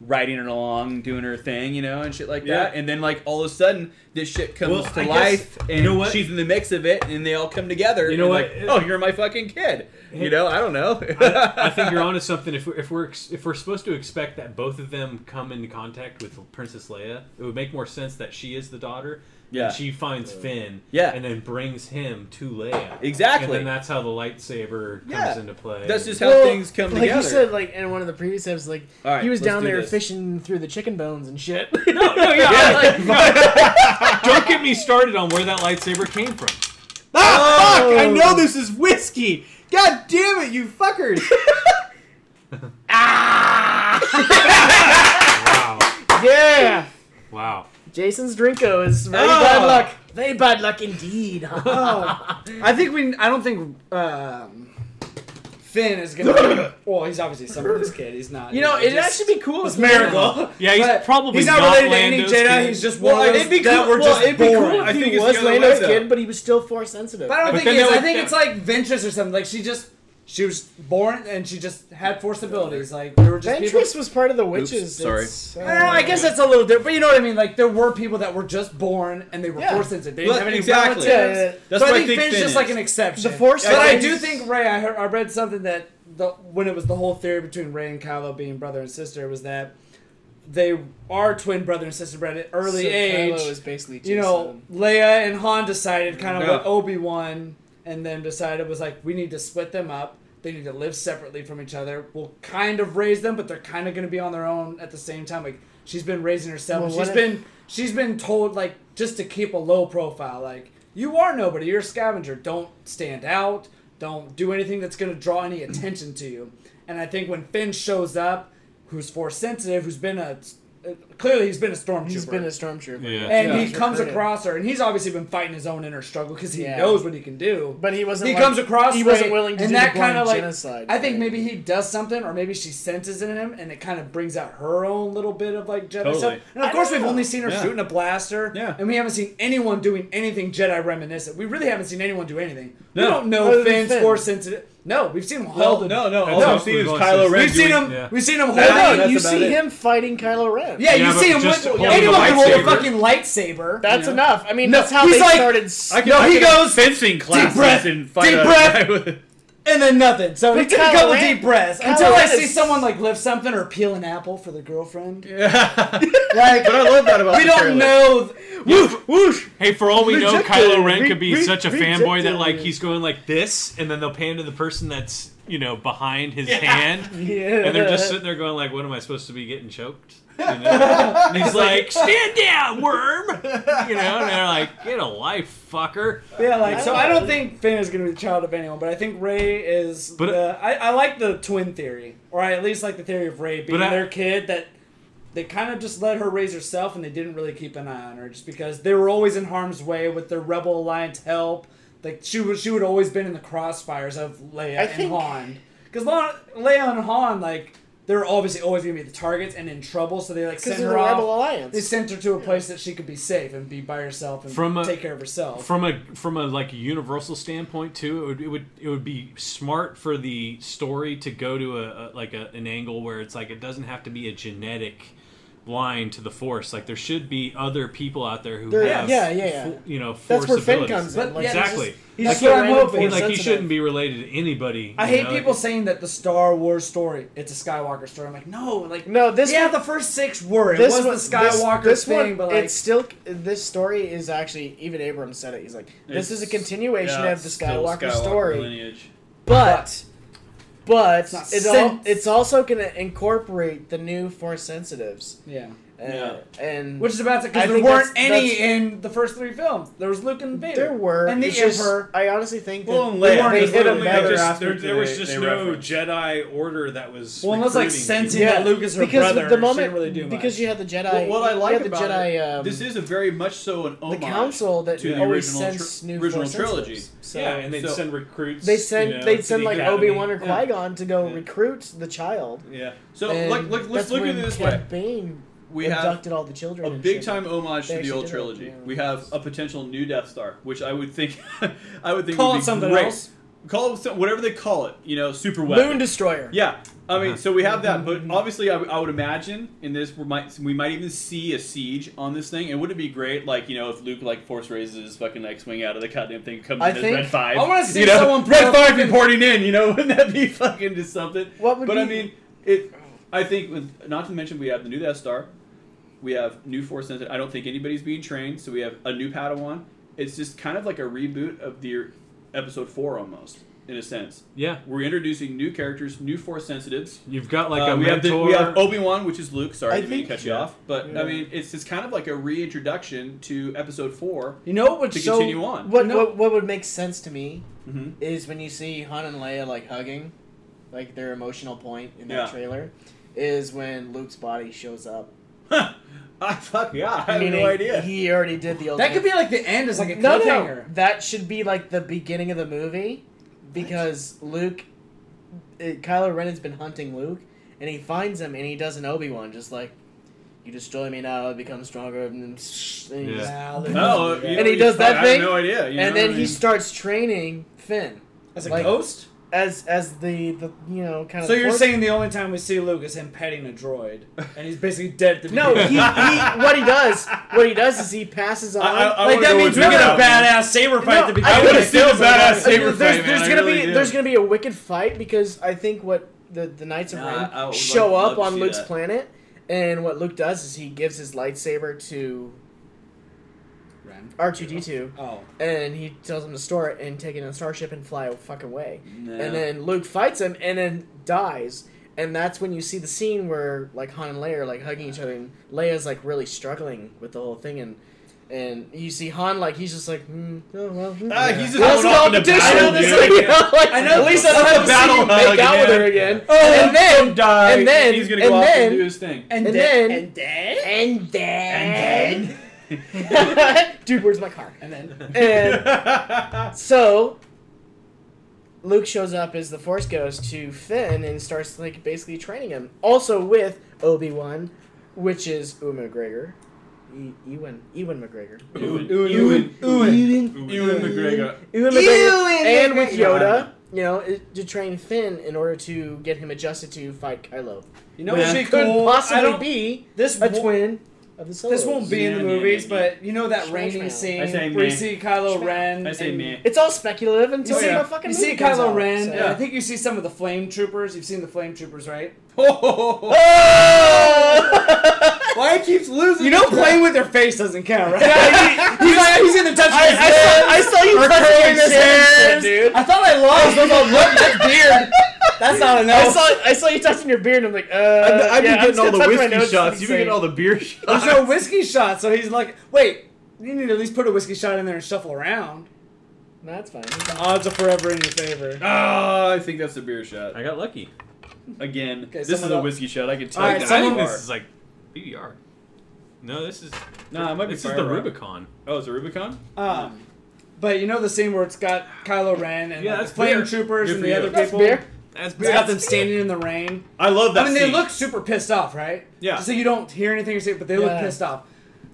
Speaker 3: riding it along, doing her thing, you know, and shit like
Speaker 5: Yeah.
Speaker 3: that. And then like all of a sudden, this shit comes
Speaker 1: Well,
Speaker 3: to
Speaker 1: I guess-
Speaker 3: life, and
Speaker 1: you know what?
Speaker 3: she's in the mix of it, and they all come together.
Speaker 1: You know
Speaker 3: and
Speaker 1: what?
Speaker 3: like, oh, you're my fucking kid. You know, I don't know.
Speaker 1: I think you're onto something. If we're, if we're ex- if we're supposed to expect that both of them come into contact with Princess Leia, it would make more sense that she is the daughter.
Speaker 3: Yeah.
Speaker 1: And she finds Finn.
Speaker 3: Yeah.
Speaker 1: And then brings him to Leia. And
Speaker 3: Exactly.
Speaker 1: then that's how the lightsaber comes
Speaker 3: Yeah.
Speaker 1: into play.
Speaker 3: That's just how things come
Speaker 2: like
Speaker 3: together.
Speaker 2: you said, like in one of the previous episodes, like
Speaker 3: All right,
Speaker 2: he was
Speaker 3: let's
Speaker 2: down
Speaker 3: do
Speaker 2: there
Speaker 3: this.
Speaker 2: fishing through the chicken bones and shit.
Speaker 1: no, yeah,
Speaker 2: like,
Speaker 1: Don't get me started on where that lightsaber came from.
Speaker 3: Ah,
Speaker 2: Oh.
Speaker 3: fuck! I know this is whiskey. God damn it, you fuckers!
Speaker 1: Ah! Wow.
Speaker 2: yeah,
Speaker 1: Wow.
Speaker 2: Jason's Drinko is very bad luck. Very bad luck indeed.
Speaker 4: Oh, I think we. I don't think um, Finn is gonna. be... Well, he's obviously someone's kid. He's not.
Speaker 2: you know,
Speaker 4: he's
Speaker 2: it'd
Speaker 4: just-
Speaker 2: actually be cool.
Speaker 4: It's
Speaker 2: if he-
Speaker 4: miracle.
Speaker 1: Yeah, he's
Speaker 4: But
Speaker 1: probably
Speaker 4: he's not,
Speaker 1: not
Speaker 4: related
Speaker 1: Lando's
Speaker 4: to any Jedi.
Speaker 1: kid.
Speaker 4: He's just
Speaker 3: Well,
Speaker 4: one of
Speaker 3: it'd
Speaker 4: those
Speaker 3: be
Speaker 4: that
Speaker 3: cool-
Speaker 4: were
Speaker 3: well,
Speaker 4: just
Speaker 3: it'd be cool
Speaker 4: born.
Speaker 3: I
Speaker 2: He
Speaker 3: think it's
Speaker 2: was
Speaker 3: the other way,
Speaker 2: Lando's
Speaker 3: though.
Speaker 2: kid, but he was still force sensitive.
Speaker 4: But I don't
Speaker 1: But
Speaker 4: think
Speaker 1: then
Speaker 4: it is.
Speaker 1: that
Speaker 4: I
Speaker 1: would
Speaker 4: think
Speaker 1: count.
Speaker 4: it's like Ventress or something. Like she just she was born and she just had force abilities. Like we were just people.
Speaker 2: Ventress was part of the witches.
Speaker 3: sorry.
Speaker 2: It's, uh,
Speaker 4: I, don't know, I guess that's a little different, but you know what I mean. Like there were people that were just born and they were
Speaker 2: Yeah.
Speaker 4: force sensitive. They didn't
Speaker 3: Well,
Speaker 4: have any
Speaker 3: exactly.
Speaker 4: relatives.
Speaker 2: Yeah, yeah.
Speaker 3: That's
Speaker 4: so I
Speaker 3: what I
Speaker 4: think
Speaker 3: think
Speaker 4: Finn's
Speaker 3: Finn
Speaker 4: just
Speaker 3: is.
Speaker 4: like an exception.
Speaker 2: The Force
Speaker 4: but I
Speaker 2: sensitive-
Speaker 4: do think Ray. I heard I read something that the when it was the whole theory between Ray and Kylo being brother and sister was that they are twin brother and sister, but at an early
Speaker 2: so
Speaker 4: age,
Speaker 2: Kylo is basically
Speaker 4: you know, Leia and Han decided kind of
Speaker 3: Yeah.
Speaker 4: what Obi Wan and them decided was like, we need to split them up. They need to live separately from each other. We'll kind of raise them, but they're kind of going to be on their own at the same time. Like she's been raising herself.
Speaker 2: Well,
Speaker 4: and
Speaker 2: what
Speaker 4: she's
Speaker 2: if-
Speaker 4: been she's been told like just to keep a low profile. Like you are nobody. You're a scavenger. Don't stand out. Don't do anything that's going to draw any attention to you. And I think when Finn shows up, who's force sensitive, who's been a uh, clearly he's been a stormtrooper.
Speaker 2: He's been a stormtrooper.
Speaker 1: Yeah.
Speaker 4: and
Speaker 3: Yeah.
Speaker 4: he comes
Speaker 2: Heard it.
Speaker 4: across her, and he's obviously been fighting his own inner struggle because he
Speaker 2: Yeah.
Speaker 4: knows what he can do.
Speaker 2: But he wasn't.
Speaker 4: he
Speaker 2: like-
Speaker 4: comes across.
Speaker 2: He wasn't
Speaker 4: right,
Speaker 2: willing to
Speaker 4: and
Speaker 2: do
Speaker 4: that
Speaker 2: the blind
Speaker 4: kind of like.
Speaker 2: genocide.
Speaker 4: I think
Speaker 2: thing.
Speaker 4: maybe he does something, or maybe she senses it in him, and it kind of brings out her own little bit of like Jedi
Speaker 3: Totally.
Speaker 4: stuff. And of
Speaker 2: I
Speaker 4: course,
Speaker 2: don't
Speaker 4: we've
Speaker 2: know.
Speaker 4: only seen her
Speaker 3: Yeah.
Speaker 4: shooting a blaster,
Speaker 3: Yeah.
Speaker 4: and we haven't seen anyone doing anything Jedi reminiscent. We really haven't seen anyone do anything. We
Speaker 3: No.
Speaker 4: don't
Speaker 2: Other
Speaker 4: know
Speaker 2: than
Speaker 4: Finn's
Speaker 2: Finn.
Speaker 4: force sensitive. No, we've seen
Speaker 3: No,
Speaker 4: Holden.
Speaker 3: no, no. All
Speaker 1: No.
Speaker 3: I've seen is
Speaker 1: We've
Speaker 3: Kylo
Speaker 1: seen-
Speaker 3: Ren.
Speaker 4: We've seen
Speaker 3: doing-
Speaker 4: him.
Speaker 1: yeah.
Speaker 4: We've seen him hold
Speaker 2: No,
Speaker 3: That's
Speaker 2: no, you
Speaker 3: about
Speaker 2: see
Speaker 3: it.
Speaker 2: him fighting Kylo Ren.
Speaker 4: Yeah,
Speaker 1: Yeah,
Speaker 4: you
Speaker 1: but
Speaker 4: see him.
Speaker 1: just
Speaker 4: With,
Speaker 1: holding
Speaker 4: anyone
Speaker 1: the
Speaker 4: can hold a
Speaker 1: lightsaber.
Speaker 4: fucking lightsaber.
Speaker 2: that's
Speaker 4: Yeah.
Speaker 2: enough. I mean,
Speaker 4: No,
Speaker 2: that's how
Speaker 4: he's
Speaker 2: they
Speaker 4: like-
Speaker 2: started. s-
Speaker 3: I can,
Speaker 4: No,
Speaker 3: I
Speaker 4: he
Speaker 3: can have
Speaker 4: goes,
Speaker 3: fencing classes
Speaker 4: breath,
Speaker 3: and fight
Speaker 4: deep
Speaker 3: a
Speaker 4: breath.
Speaker 3: guy with-
Speaker 4: and then nothing. So he
Speaker 2: But
Speaker 4: took
Speaker 2: Kylo
Speaker 4: a couple
Speaker 2: Ren-
Speaker 4: deep breaths
Speaker 2: Kylo
Speaker 4: until I
Speaker 2: Ren
Speaker 4: see
Speaker 2: is-
Speaker 4: someone like lift something or peel an apple for their girlfriend.
Speaker 3: But I love that about
Speaker 4: We
Speaker 3: the
Speaker 4: don't
Speaker 3: trailer.
Speaker 4: know.
Speaker 2: whoosh, whoosh.
Speaker 1: Hey, for all we know,
Speaker 2: Rejected.
Speaker 1: Kylo Ren
Speaker 2: Re-
Speaker 1: could be
Speaker 2: re-
Speaker 1: such a fanboy that like
Speaker 2: rejected.
Speaker 1: he's going like this, and then they'll pan to the person that's you know behind his hand, and they're just sitting there going like, "What am I supposed to be getting choked?" You know? and he's like, "Stand down, worm!" You know, and they're like, "Get a life, fucker!"
Speaker 4: Yeah, like so. I don't think Finn is gonna be the child of anyone, but I think Ray is.
Speaker 1: But-
Speaker 4: the, I, I like the twin theory, or I at least like the theory of Ray being
Speaker 1: But I-
Speaker 4: their kid that. They kind of just let her raise herself, and they didn't really keep an eye on her, just because they were always in harm's way with their Rebel Alliance help. Like she was, she would always been in the crossfires of Leia
Speaker 2: I
Speaker 4: and
Speaker 2: think-
Speaker 4: Han, because Leia and Han, like they're obviously always gonna be the targets and in trouble, so they like
Speaker 2: Because
Speaker 4: sent
Speaker 2: of the
Speaker 4: her off.
Speaker 2: Rebel
Speaker 4: They
Speaker 2: Alliance.
Speaker 4: sent her to a place that she could be safe and be by herself and
Speaker 1: From a-
Speaker 4: take care of herself.
Speaker 1: From a from a like universal standpoint too, it would it would, it would be smart for the story to go to a, a like a, an angle where it's like it doesn't have to be a genetic line to the force. Like there should be other people out there who
Speaker 2: There-
Speaker 1: have
Speaker 2: yeah, yeah, yeah.
Speaker 1: fo- you know force
Speaker 2: That's where Finn
Speaker 1: abilities.
Speaker 2: comes in.
Speaker 4: But
Speaker 2: like,
Speaker 4: yeah,
Speaker 2: he's
Speaker 1: exactly.
Speaker 2: just-
Speaker 4: He's
Speaker 2: Like,
Speaker 4: just what
Speaker 2: you're
Speaker 4: I'm
Speaker 2: random
Speaker 4: hoping.
Speaker 2: force
Speaker 1: like he
Speaker 2: sensitive.
Speaker 1: shouldn't be related to anybody.
Speaker 4: I
Speaker 1: you
Speaker 4: hate
Speaker 1: know?
Speaker 4: people saying that the Star Wars story it's a Skywalker story. I'm like, no, like
Speaker 2: No, this
Speaker 4: yeah,
Speaker 2: one-
Speaker 4: the first six were it was
Speaker 2: one-
Speaker 4: the Skywalker
Speaker 2: this, this
Speaker 4: thing,
Speaker 2: one,
Speaker 4: but like
Speaker 2: it's still this story is actually even Abrams said it. He's like, this is a
Speaker 3: It's-
Speaker 2: continuation
Speaker 3: yeah,
Speaker 2: of the
Speaker 3: it's still
Speaker 2: Skywalker, story,
Speaker 3: lineage.
Speaker 2: but but
Speaker 4: not
Speaker 2: it's, al-
Speaker 4: sense.
Speaker 2: it's also going to incorporate the new Force sensitives.
Speaker 4: yeah,
Speaker 2: Uh,
Speaker 3: Yeah.
Speaker 2: and
Speaker 4: which is about to
Speaker 2: I
Speaker 4: because there
Speaker 2: think
Speaker 4: weren't
Speaker 2: that's-
Speaker 4: any
Speaker 2: that's-
Speaker 4: in the first three films. There was Luke and Vader.
Speaker 2: there were
Speaker 4: and the
Speaker 2: it's just-
Speaker 4: Emperor.
Speaker 2: I honestly think that
Speaker 3: Well, and
Speaker 2: they,
Speaker 3: Leia,
Speaker 2: they
Speaker 3: because
Speaker 2: hit him
Speaker 3: literally they
Speaker 2: better
Speaker 3: just-
Speaker 2: after
Speaker 5: there, there was
Speaker 3: they-
Speaker 5: just
Speaker 3: they
Speaker 5: no
Speaker 3: reference.
Speaker 5: Jedi order that was.
Speaker 4: Well, unless, like,
Speaker 5: recruiting
Speaker 4: sensing
Speaker 5: people.
Speaker 4: that Luke is her
Speaker 2: because
Speaker 4: brother,
Speaker 2: the
Speaker 4: she
Speaker 2: moment
Speaker 4: didn't really do
Speaker 2: because
Speaker 4: much.
Speaker 2: you had the Jedi.
Speaker 3: Well, what I like
Speaker 2: you had the
Speaker 3: about
Speaker 2: Jedi.
Speaker 3: it,
Speaker 2: um,
Speaker 3: this is a very much so an
Speaker 2: the
Speaker 3: homage
Speaker 2: council that
Speaker 3: to the
Speaker 2: always
Speaker 3: original tr-
Speaker 2: sends new
Speaker 3: original
Speaker 2: Force
Speaker 3: trilogy.
Speaker 2: sensitives. So-
Speaker 5: yeah, and they'd
Speaker 3: so-
Speaker 5: send recruits.
Speaker 2: They send
Speaker 5: you know, to
Speaker 2: they'd
Speaker 5: the
Speaker 2: send like
Speaker 5: academy.
Speaker 2: Obi Wan or
Speaker 3: Yeah.
Speaker 2: Qui Gon to go
Speaker 3: Yeah.
Speaker 2: recruit the child.
Speaker 5: Yeah,
Speaker 3: So
Speaker 2: And
Speaker 3: like, like let's
Speaker 2: that's
Speaker 3: look at
Speaker 2: when
Speaker 3: it this way.
Speaker 2: Cad Bane
Speaker 3: We have
Speaker 2: abducted all the children.
Speaker 3: a
Speaker 2: and
Speaker 3: big
Speaker 2: shit.
Speaker 3: time homage
Speaker 2: They
Speaker 3: to the
Speaker 2: actually
Speaker 3: old
Speaker 2: did uh, it,
Speaker 3: trilogy.
Speaker 2: yeah.
Speaker 3: We have a potential new Death Star, which I would think, I would think
Speaker 4: Call
Speaker 3: would
Speaker 4: it
Speaker 3: be
Speaker 4: something
Speaker 3: great.
Speaker 4: else.
Speaker 3: Call it some, whatever they call it. You know, super weapon.
Speaker 2: Moon Destroyer.
Speaker 3: Yeah, I mean,
Speaker 1: Uh-huh.
Speaker 3: so we have that, but obviously, I, I would imagine in this we might we might even see a siege on this thing, and would it be great, like you know, if Luke like force raises his fucking X-wing out of the goddamn thing, comes
Speaker 2: I
Speaker 3: in as
Speaker 2: think-
Speaker 3: Red Five.
Speaker 4: I wanna see
Speaker 3: you know?
Speaker 4: someone put
Speaker 3: Red
Speaker 4: up
Speaker 3: Five be
Speaker 4: fucking-
Speaker 3: porting in. You know, wouldn't that be fucking just something?
Speaker 2: What would
Speaker 3: but I
Speaker 2: be-
Speaker 3: mean, it. I think with not to mention we have the new Death Star, we have new Force sensitive. I don't think anybody's being trained, so we have a new Padawan. It's just kind of like a reboot of the Episode Four almost, in a sense.
Speaker 1: Yeah,
Speaker 3: We're introducing new characters, new Force sensitives.
Speaker 1: you've got like
Speaker 3: Uh,
Speaker 1: a
Speaker 3: we, have the,
Speaker 1: mentor.
Speaker 3: we have Obi Wan, which is Luke. Sorry,
Speaker 2: I
Speaker 3: I didn't mean to
Speaker 2: think-
Speaker 3: cut you off, but
Speaker 2: Yeah.
Speaker 3: I mean it's it's kind of like a reintroduction to Episode Four
Speaker 4: you know what would
Speaker 3: to
Speaker 4: show
Speaker 3: continue on.
Speaker 2: What,
Speaker 4: No.
Speaker 2: what what would make sense to me
Speaker 3: hmm
Speaker 2: is when you see Han and Leia like hugging, like their emotional point in that
Speaker 3: Yeah.
Speaker 2: trailer, is when Luke's body shows up.
Speaker 3: I fuck yeah, I have
Speaker 2: Meaning
Speaker 3: no idea.
Speaker 2: He already did the.
Speaker 4: that
Speaker 2: ultimate-
Speaker 4: could be like the end is like a
Speaker 2: no,
Speaker 4: cliffhanger.
Speaker 2: no. That should be like the beginning of the movie, because Luke, it, Kylo Ren has been hunting Luke, and he finds him, and he does an Obi Wan, just like, "You destroy me now, I become stronger." And, then and he
Speaker 1: Yeah.
Speaker 2: just-
Speaker 4: Nah, they-
Speaker 3: no,
Speaker 4: they-
Speaker 3: Oh,
Speaker 2: And
Speaker 3: you know,
Speaker 2: he
Speaker 3: you
Speaker 2: does
Speaker 3: fuck-
Speaker 2: that thing,
Speaker 3: I have no idea. you know
Speaker 2: and
Speaker 3: what
Speaker 2: then
Speaker 3: I
Speaker 2: he
Speaker 3: mean?
Speaker 2: starts training Finn
Speaker 4: as a
Speaker 2: like-
Speaker 4: ghost.
Speaker 2: as as the the you know kind of.
Speaker 4: So you're
Speaker 2: force-
Speaker 4: saying the only time we see Luke is him petting a droid, and he's basically dead. At the
Speaker 2: no? He,
Speaker 4: beginning.
Speaker 2: he what he does what he does is he passes on.
Speaker 3: I- I- I
Speaker 4: like
Speaker 3: wanna
Speaker 4: that
Speaker 3: go
Speaker 4: means we
Speaker 3: with
Speaker 4: get
Speaker 3: Mel.
Speaker 4: a badass saber fight at the
Speaker 2: I
Speaker 4: beginning.
Speaker 3: I
Speaker 2: would've
Speaker 3: would have seen a
Speaker 2: still
Speaker 3: badass
Speaker 2: Like,
Speaker 3: saber
Speaker 2: there's,
Speaker 3: fight,
Speaker 2: there's
Speaker 3: man, I
Speaker 2: gonna
Speaker 3: really
Speaker 2: be
Speaker 3: do.
Speaker 2: there's gonna be a wicked fight because I think what the the Knights of
Speaker 3: Nah,
Speaker 2: Ren
Speaker 3: I would
Speaker 2: show
Speaker 3: love-
Speaker 2: up
Speaker 3: love to
Speaker 2: on
Speaker 3: see
Speaker 2: Luke's
Speaker 3: that.
Speaker 2: planet, and what Luke does is he gives his lightsaber to R two D two,
Speaker 4: Oh,
Speaker 2: and he tells him to store it and take it in a starship and fly fuck away.
Speaker 3: No.
Speaker 2: And then Luke fights him and then dies. And that's when you see the scene where like Han and Leia are like hugging each other, and Leia's like really struggling with the whole thing, and and you see Han like he's just like, mm, oh well, hmm.
Speaker 3: Ah, he's just
Speaker 2: That's
Speaker 3: going off into
Speaker 2: competition.
Speaker 3: battle,
Speaker 2: This
Speaker 3: dude.
Speaker 2: is- you know, like,
Speaker 3: I know.
Speaker 2: At least I don't
Speaker 3: That's
Speaker 2: have
Speaker 3: a
Speaker 2: to battle see you
Speaker 3: battle
Speaker 2: make
Speaker 3: hug,
Speaker 2: out with
Speaker 3: yeah.
Speaker 2: her again.
Speaker 3: Oh,
Speaker 2: and then,
Speaker 3: die.
Speaker 2: and then,
Speaker 3: he's gonna
Speaker 2: and
Speaker 3: go off
Speaker 2: then,
Speaker 3: and do his thing.
Speaker 4: And,
Speaker 2: And
Speaker 4: then,
Speaker 2: then-
Speaker 4: and then,
Speaker 2: and
Speaker 4: and
Speaker 2: then,
Speaker 4: then,
Speaker 2: dude, where's my car?
Speaker 4: and then,
Speaker 2: And so Luke shows up as the Force Ghost to Finn and starts like basically training him. Also with Obi Wan, which is Ewan McGregor, E- Ewan Ewan McGregor,
Speaker 3: Ewan.
Speaker 4: Ewan, Ewan.
Speaker 2: Ewan,
Speaker 3: Ewan McGregor.
Speaker 2: Ewan McGregor,
Speaker 4: Ewan
Speaker 2: and with
Speaker 4: McGregor.
Speaker 2: Yoda. You know, i- to train Finn in order to get him adjusted to fight Kylo.
Speaker 4: You
Speaker 3: know
Speaker 4: know what
Speaker 3: what Yeah.
Speaker 4: would be
Speaker 2: It could
Speaker 4: cool? I
Speaker 2: possibly
Speaker 4: don't,
Speaker 2: be
Speaker 4: this
Speaker 2: a
Speaker 4: wo-
Speaker 2: twin of the Solos.
Speaker 4: This won't be in the
Speaker 3: Yeah, yeah,
Speaker 4: movies,
Speaker 3: yeah.
Speaker 4: but you know that
Speaker 2: Shmash
Speaker 4: raining
Speaker 2: mouth.
Speaker 4: scene.
Speaker 3: I say
Speaker 4: where you
Speaker 3: meh.
Speaker 4: see Kylo
Speaker 2: Shmash.
Speaker 4: Ren.
Speaker 3: I say
Speaker 4: and-
Speaker 3: meh.
Speaker 2: It's all speculative until
Speaker 4: You see,
Speaker 2: the
Speaker 3: yeah.
Speaker 2: fucking
Speaker 4: Oh, you
Speaker 2: movie
Speaker 4: see
Speaker 2: comes
Speaker 4: Kylo
Speaker 2: out,
Speaker 4: Ren,
Speaker 2: so-
Speaker 4: and I think you see some of the flame troopers. You've seen the flame troopers, right? Oh!
Speaker 3: Why it keeps Oh, losing?
Speaker 4: You know, playing with their face doesn't count, right? he's, like, he's gonna touch
Speaker 2: I,
Speaker 4: his
Speaker 2: I, saw, I saw you touching his hair, dude.
Speaker 4: I thought I lost. I was like, what? That's beard. That's not
Speaker 2: I
Speaker 4: enough.
Speaker 2: saw I saw you touching your beard. and I'm like, uh,
Speaker 1: I've, been- I've
Speaker 2: yeah,
Speaker 1: been
Speaker 2: I'm
Speaker 1: getting
Speaker 2: just
Speaker 1: all
Speaker 2: gonna
Speaker 1: the
Speaker 2: touch my
Speaker 1: whiskey
Speaker 2: nose.
Speaker 1: shots. You've been getting all the beer
Speaker 4: There's
Speaker 1: shots.
Speaker 4: no whiskey shot, so he's like, wait, you need to at least put a whiskey shot in there and shuffle around.
Speaker 2: No, that's fine.
Speaker 4: The odds are forever in your favor.
Speaker 3: Ah, I think that's the beer shot
Speaker 1: I got lucky.
Speaker 3: again.
Speaker 4: Okay,
Speaker 3: this is
Speaker 4: someone
Speaker 3: a
Speaker 4: else-
Speaker 3: whiskey shot. I can tell.
Speaker 4: All right,
Speaker 3: you that.
Speaker 1: I think
Speaker 4: someone-
Speaker 1: this is like BBR. No, this is
Speaker 3: Nah, it might be
Speaker 1: this is
Speaker 3: Fire
Speaker 1: the
Speaker 3: Rock.
Speaker 1: Rubicon.
Speaker 3: Oh, it's a Rubicon.
Speaker 4: Um, but you know the scene where it's got Kylo Ren and
Speaker 1: Yeah,
Speaker 4: like,
Speaker 1: that's
Speaker 4: the flame
Speaker 1: beer.
Speaker 4: troopers
Speaker 3: Good
Speaker 4: and
Speaker 3: for
Speaker 4: the
Speaker 3: you.
Speaker 4: other
Speaker 2: That's
Speaker 4: people.
Speaker 2: beer.
Speaker 1: That's
Speaker 4: It's got them standing in the rain.
Speaker 1: I love that.
Speaker 4: I mean, they
Speaker 1: scene.
Speaker 4: look super pissed off, right?
Speaker 1: Yeah.
Speaker 4: Just so you don't hear anything or see, but they look
Speaker 2: Yeah.
Speaker 4: pissed off.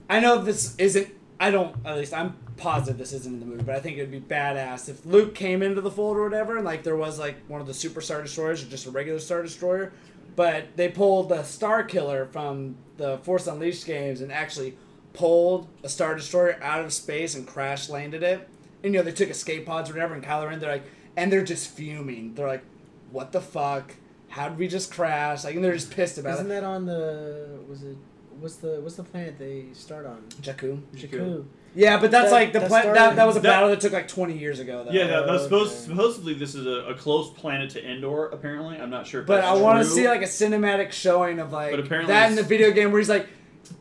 Speaker 4: I know this isn't. I don't. At least I'm positive this isn't in the movie, but I think it'd be badass if Luke came into the fold or whatever, and like there was like one of the super star destroyers or just a regular star destroyer, but they pulled the Star Killer from the Force Unleashed games and actually pulled a star destroyer out of space and crash landed it. And you know they took escape pods or whatever, and Kylo Ren they're like, and they're just fuming. They're like, what the fuck? How did we just crash? Like, and they're just pissed about
Speaker 2: Isn't
Speaker 4: it.
Speaker 2: that on the? Was it? What's the? What's the planet they start on?
Speaker 4: Jakku.
Speaker 2: Jakku.
Speaker 4: Yeah, but that's
Speaker 2: That-
Speaker 4: like the
Speaker 2: that
Speaker 4: plan-
Speaker 2: started-
Speaker 4: that, that was a
Speaker 3: That-
Speaker 4: battle that took like 20 years ago. Though.
Speaker 3: Yeah, that, that's supposed,
Speaker 2: Okay.
Speaker 3: supposedly this is a, a close planet to Endor. Apparently, I'm not sure. If
Speaker 4: But
Speaker 3: that's
Speaker 4: I want to
Speaker 3: true.
Speaker 4: see like a cinematic showing of like
Speaker 3: But apparently
Speaker 4: that in the
Speaker 3: it's-
Speaker 4: video game where he's like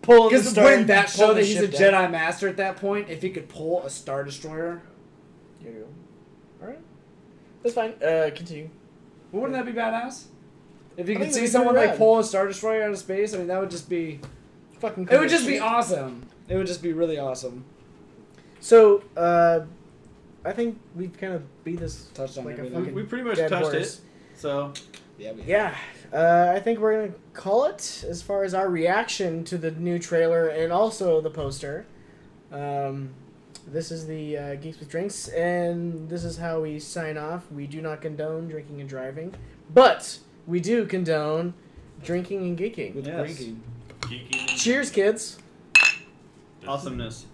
Speaker 2: Pull
Speaker 4: because
Speaker 2: star-
Speaker 4: when that
Speaker 2: pull
Speaker 4: show
Speaker 2: the
Speaker 4: that he's a
Speaker 2: ship
Speaker 4: Jedi
Speaker 2: down.
Speaker 4: master at that point, if he could pull a star destroyer,
Speaker 2: There you go. All right, that's fine. Uh, continue.
Speaker 4: wouldn't that be badass? If
Speaker 2: I
Speaker 4: you could
Speaker 2: think
Speaker 4: see
Speaker 2: it'd be
Speaker 4: someone
Speaker 2: pretty
Speaker 4: like
Speaker 2: rad.
Speaker 4: pull a star destroyer out of space, I mean that would just be
Speaker 2: Fucking.
Speaker 4: it would just be
Speaker 2: cool.
Speaker 4: awesome. It would just be really awesome.
Speaker 2: So, uh, I think we've kind of beat this
Speaker 4: Touched on
Speaker 2: like a
Speaker 4: everything.
Speaker 2: fucking.
Speaker 3: we, we pretty much
Speaker 2: dead
Speaker 3: touched
Speaker 2: horse.
Speaker 3: it. So
Speaker 4: Yeah, we
Speaker 2: Yeah, uh, I think we're gonna call it as far as our reaction to the new trailer and also the poster. Um, this is the uh, Geeks with Drinks, and this is how we sign off. We do not condone drinking and driving, but we do condone drinking and geeking.
Speaker 4: with
Speaker 3: Yes.
Speaker 4: drinking.
Speaker 1: Geeky.
Speaker 2: Cheers, kids.
Speaker 3: awesomeness.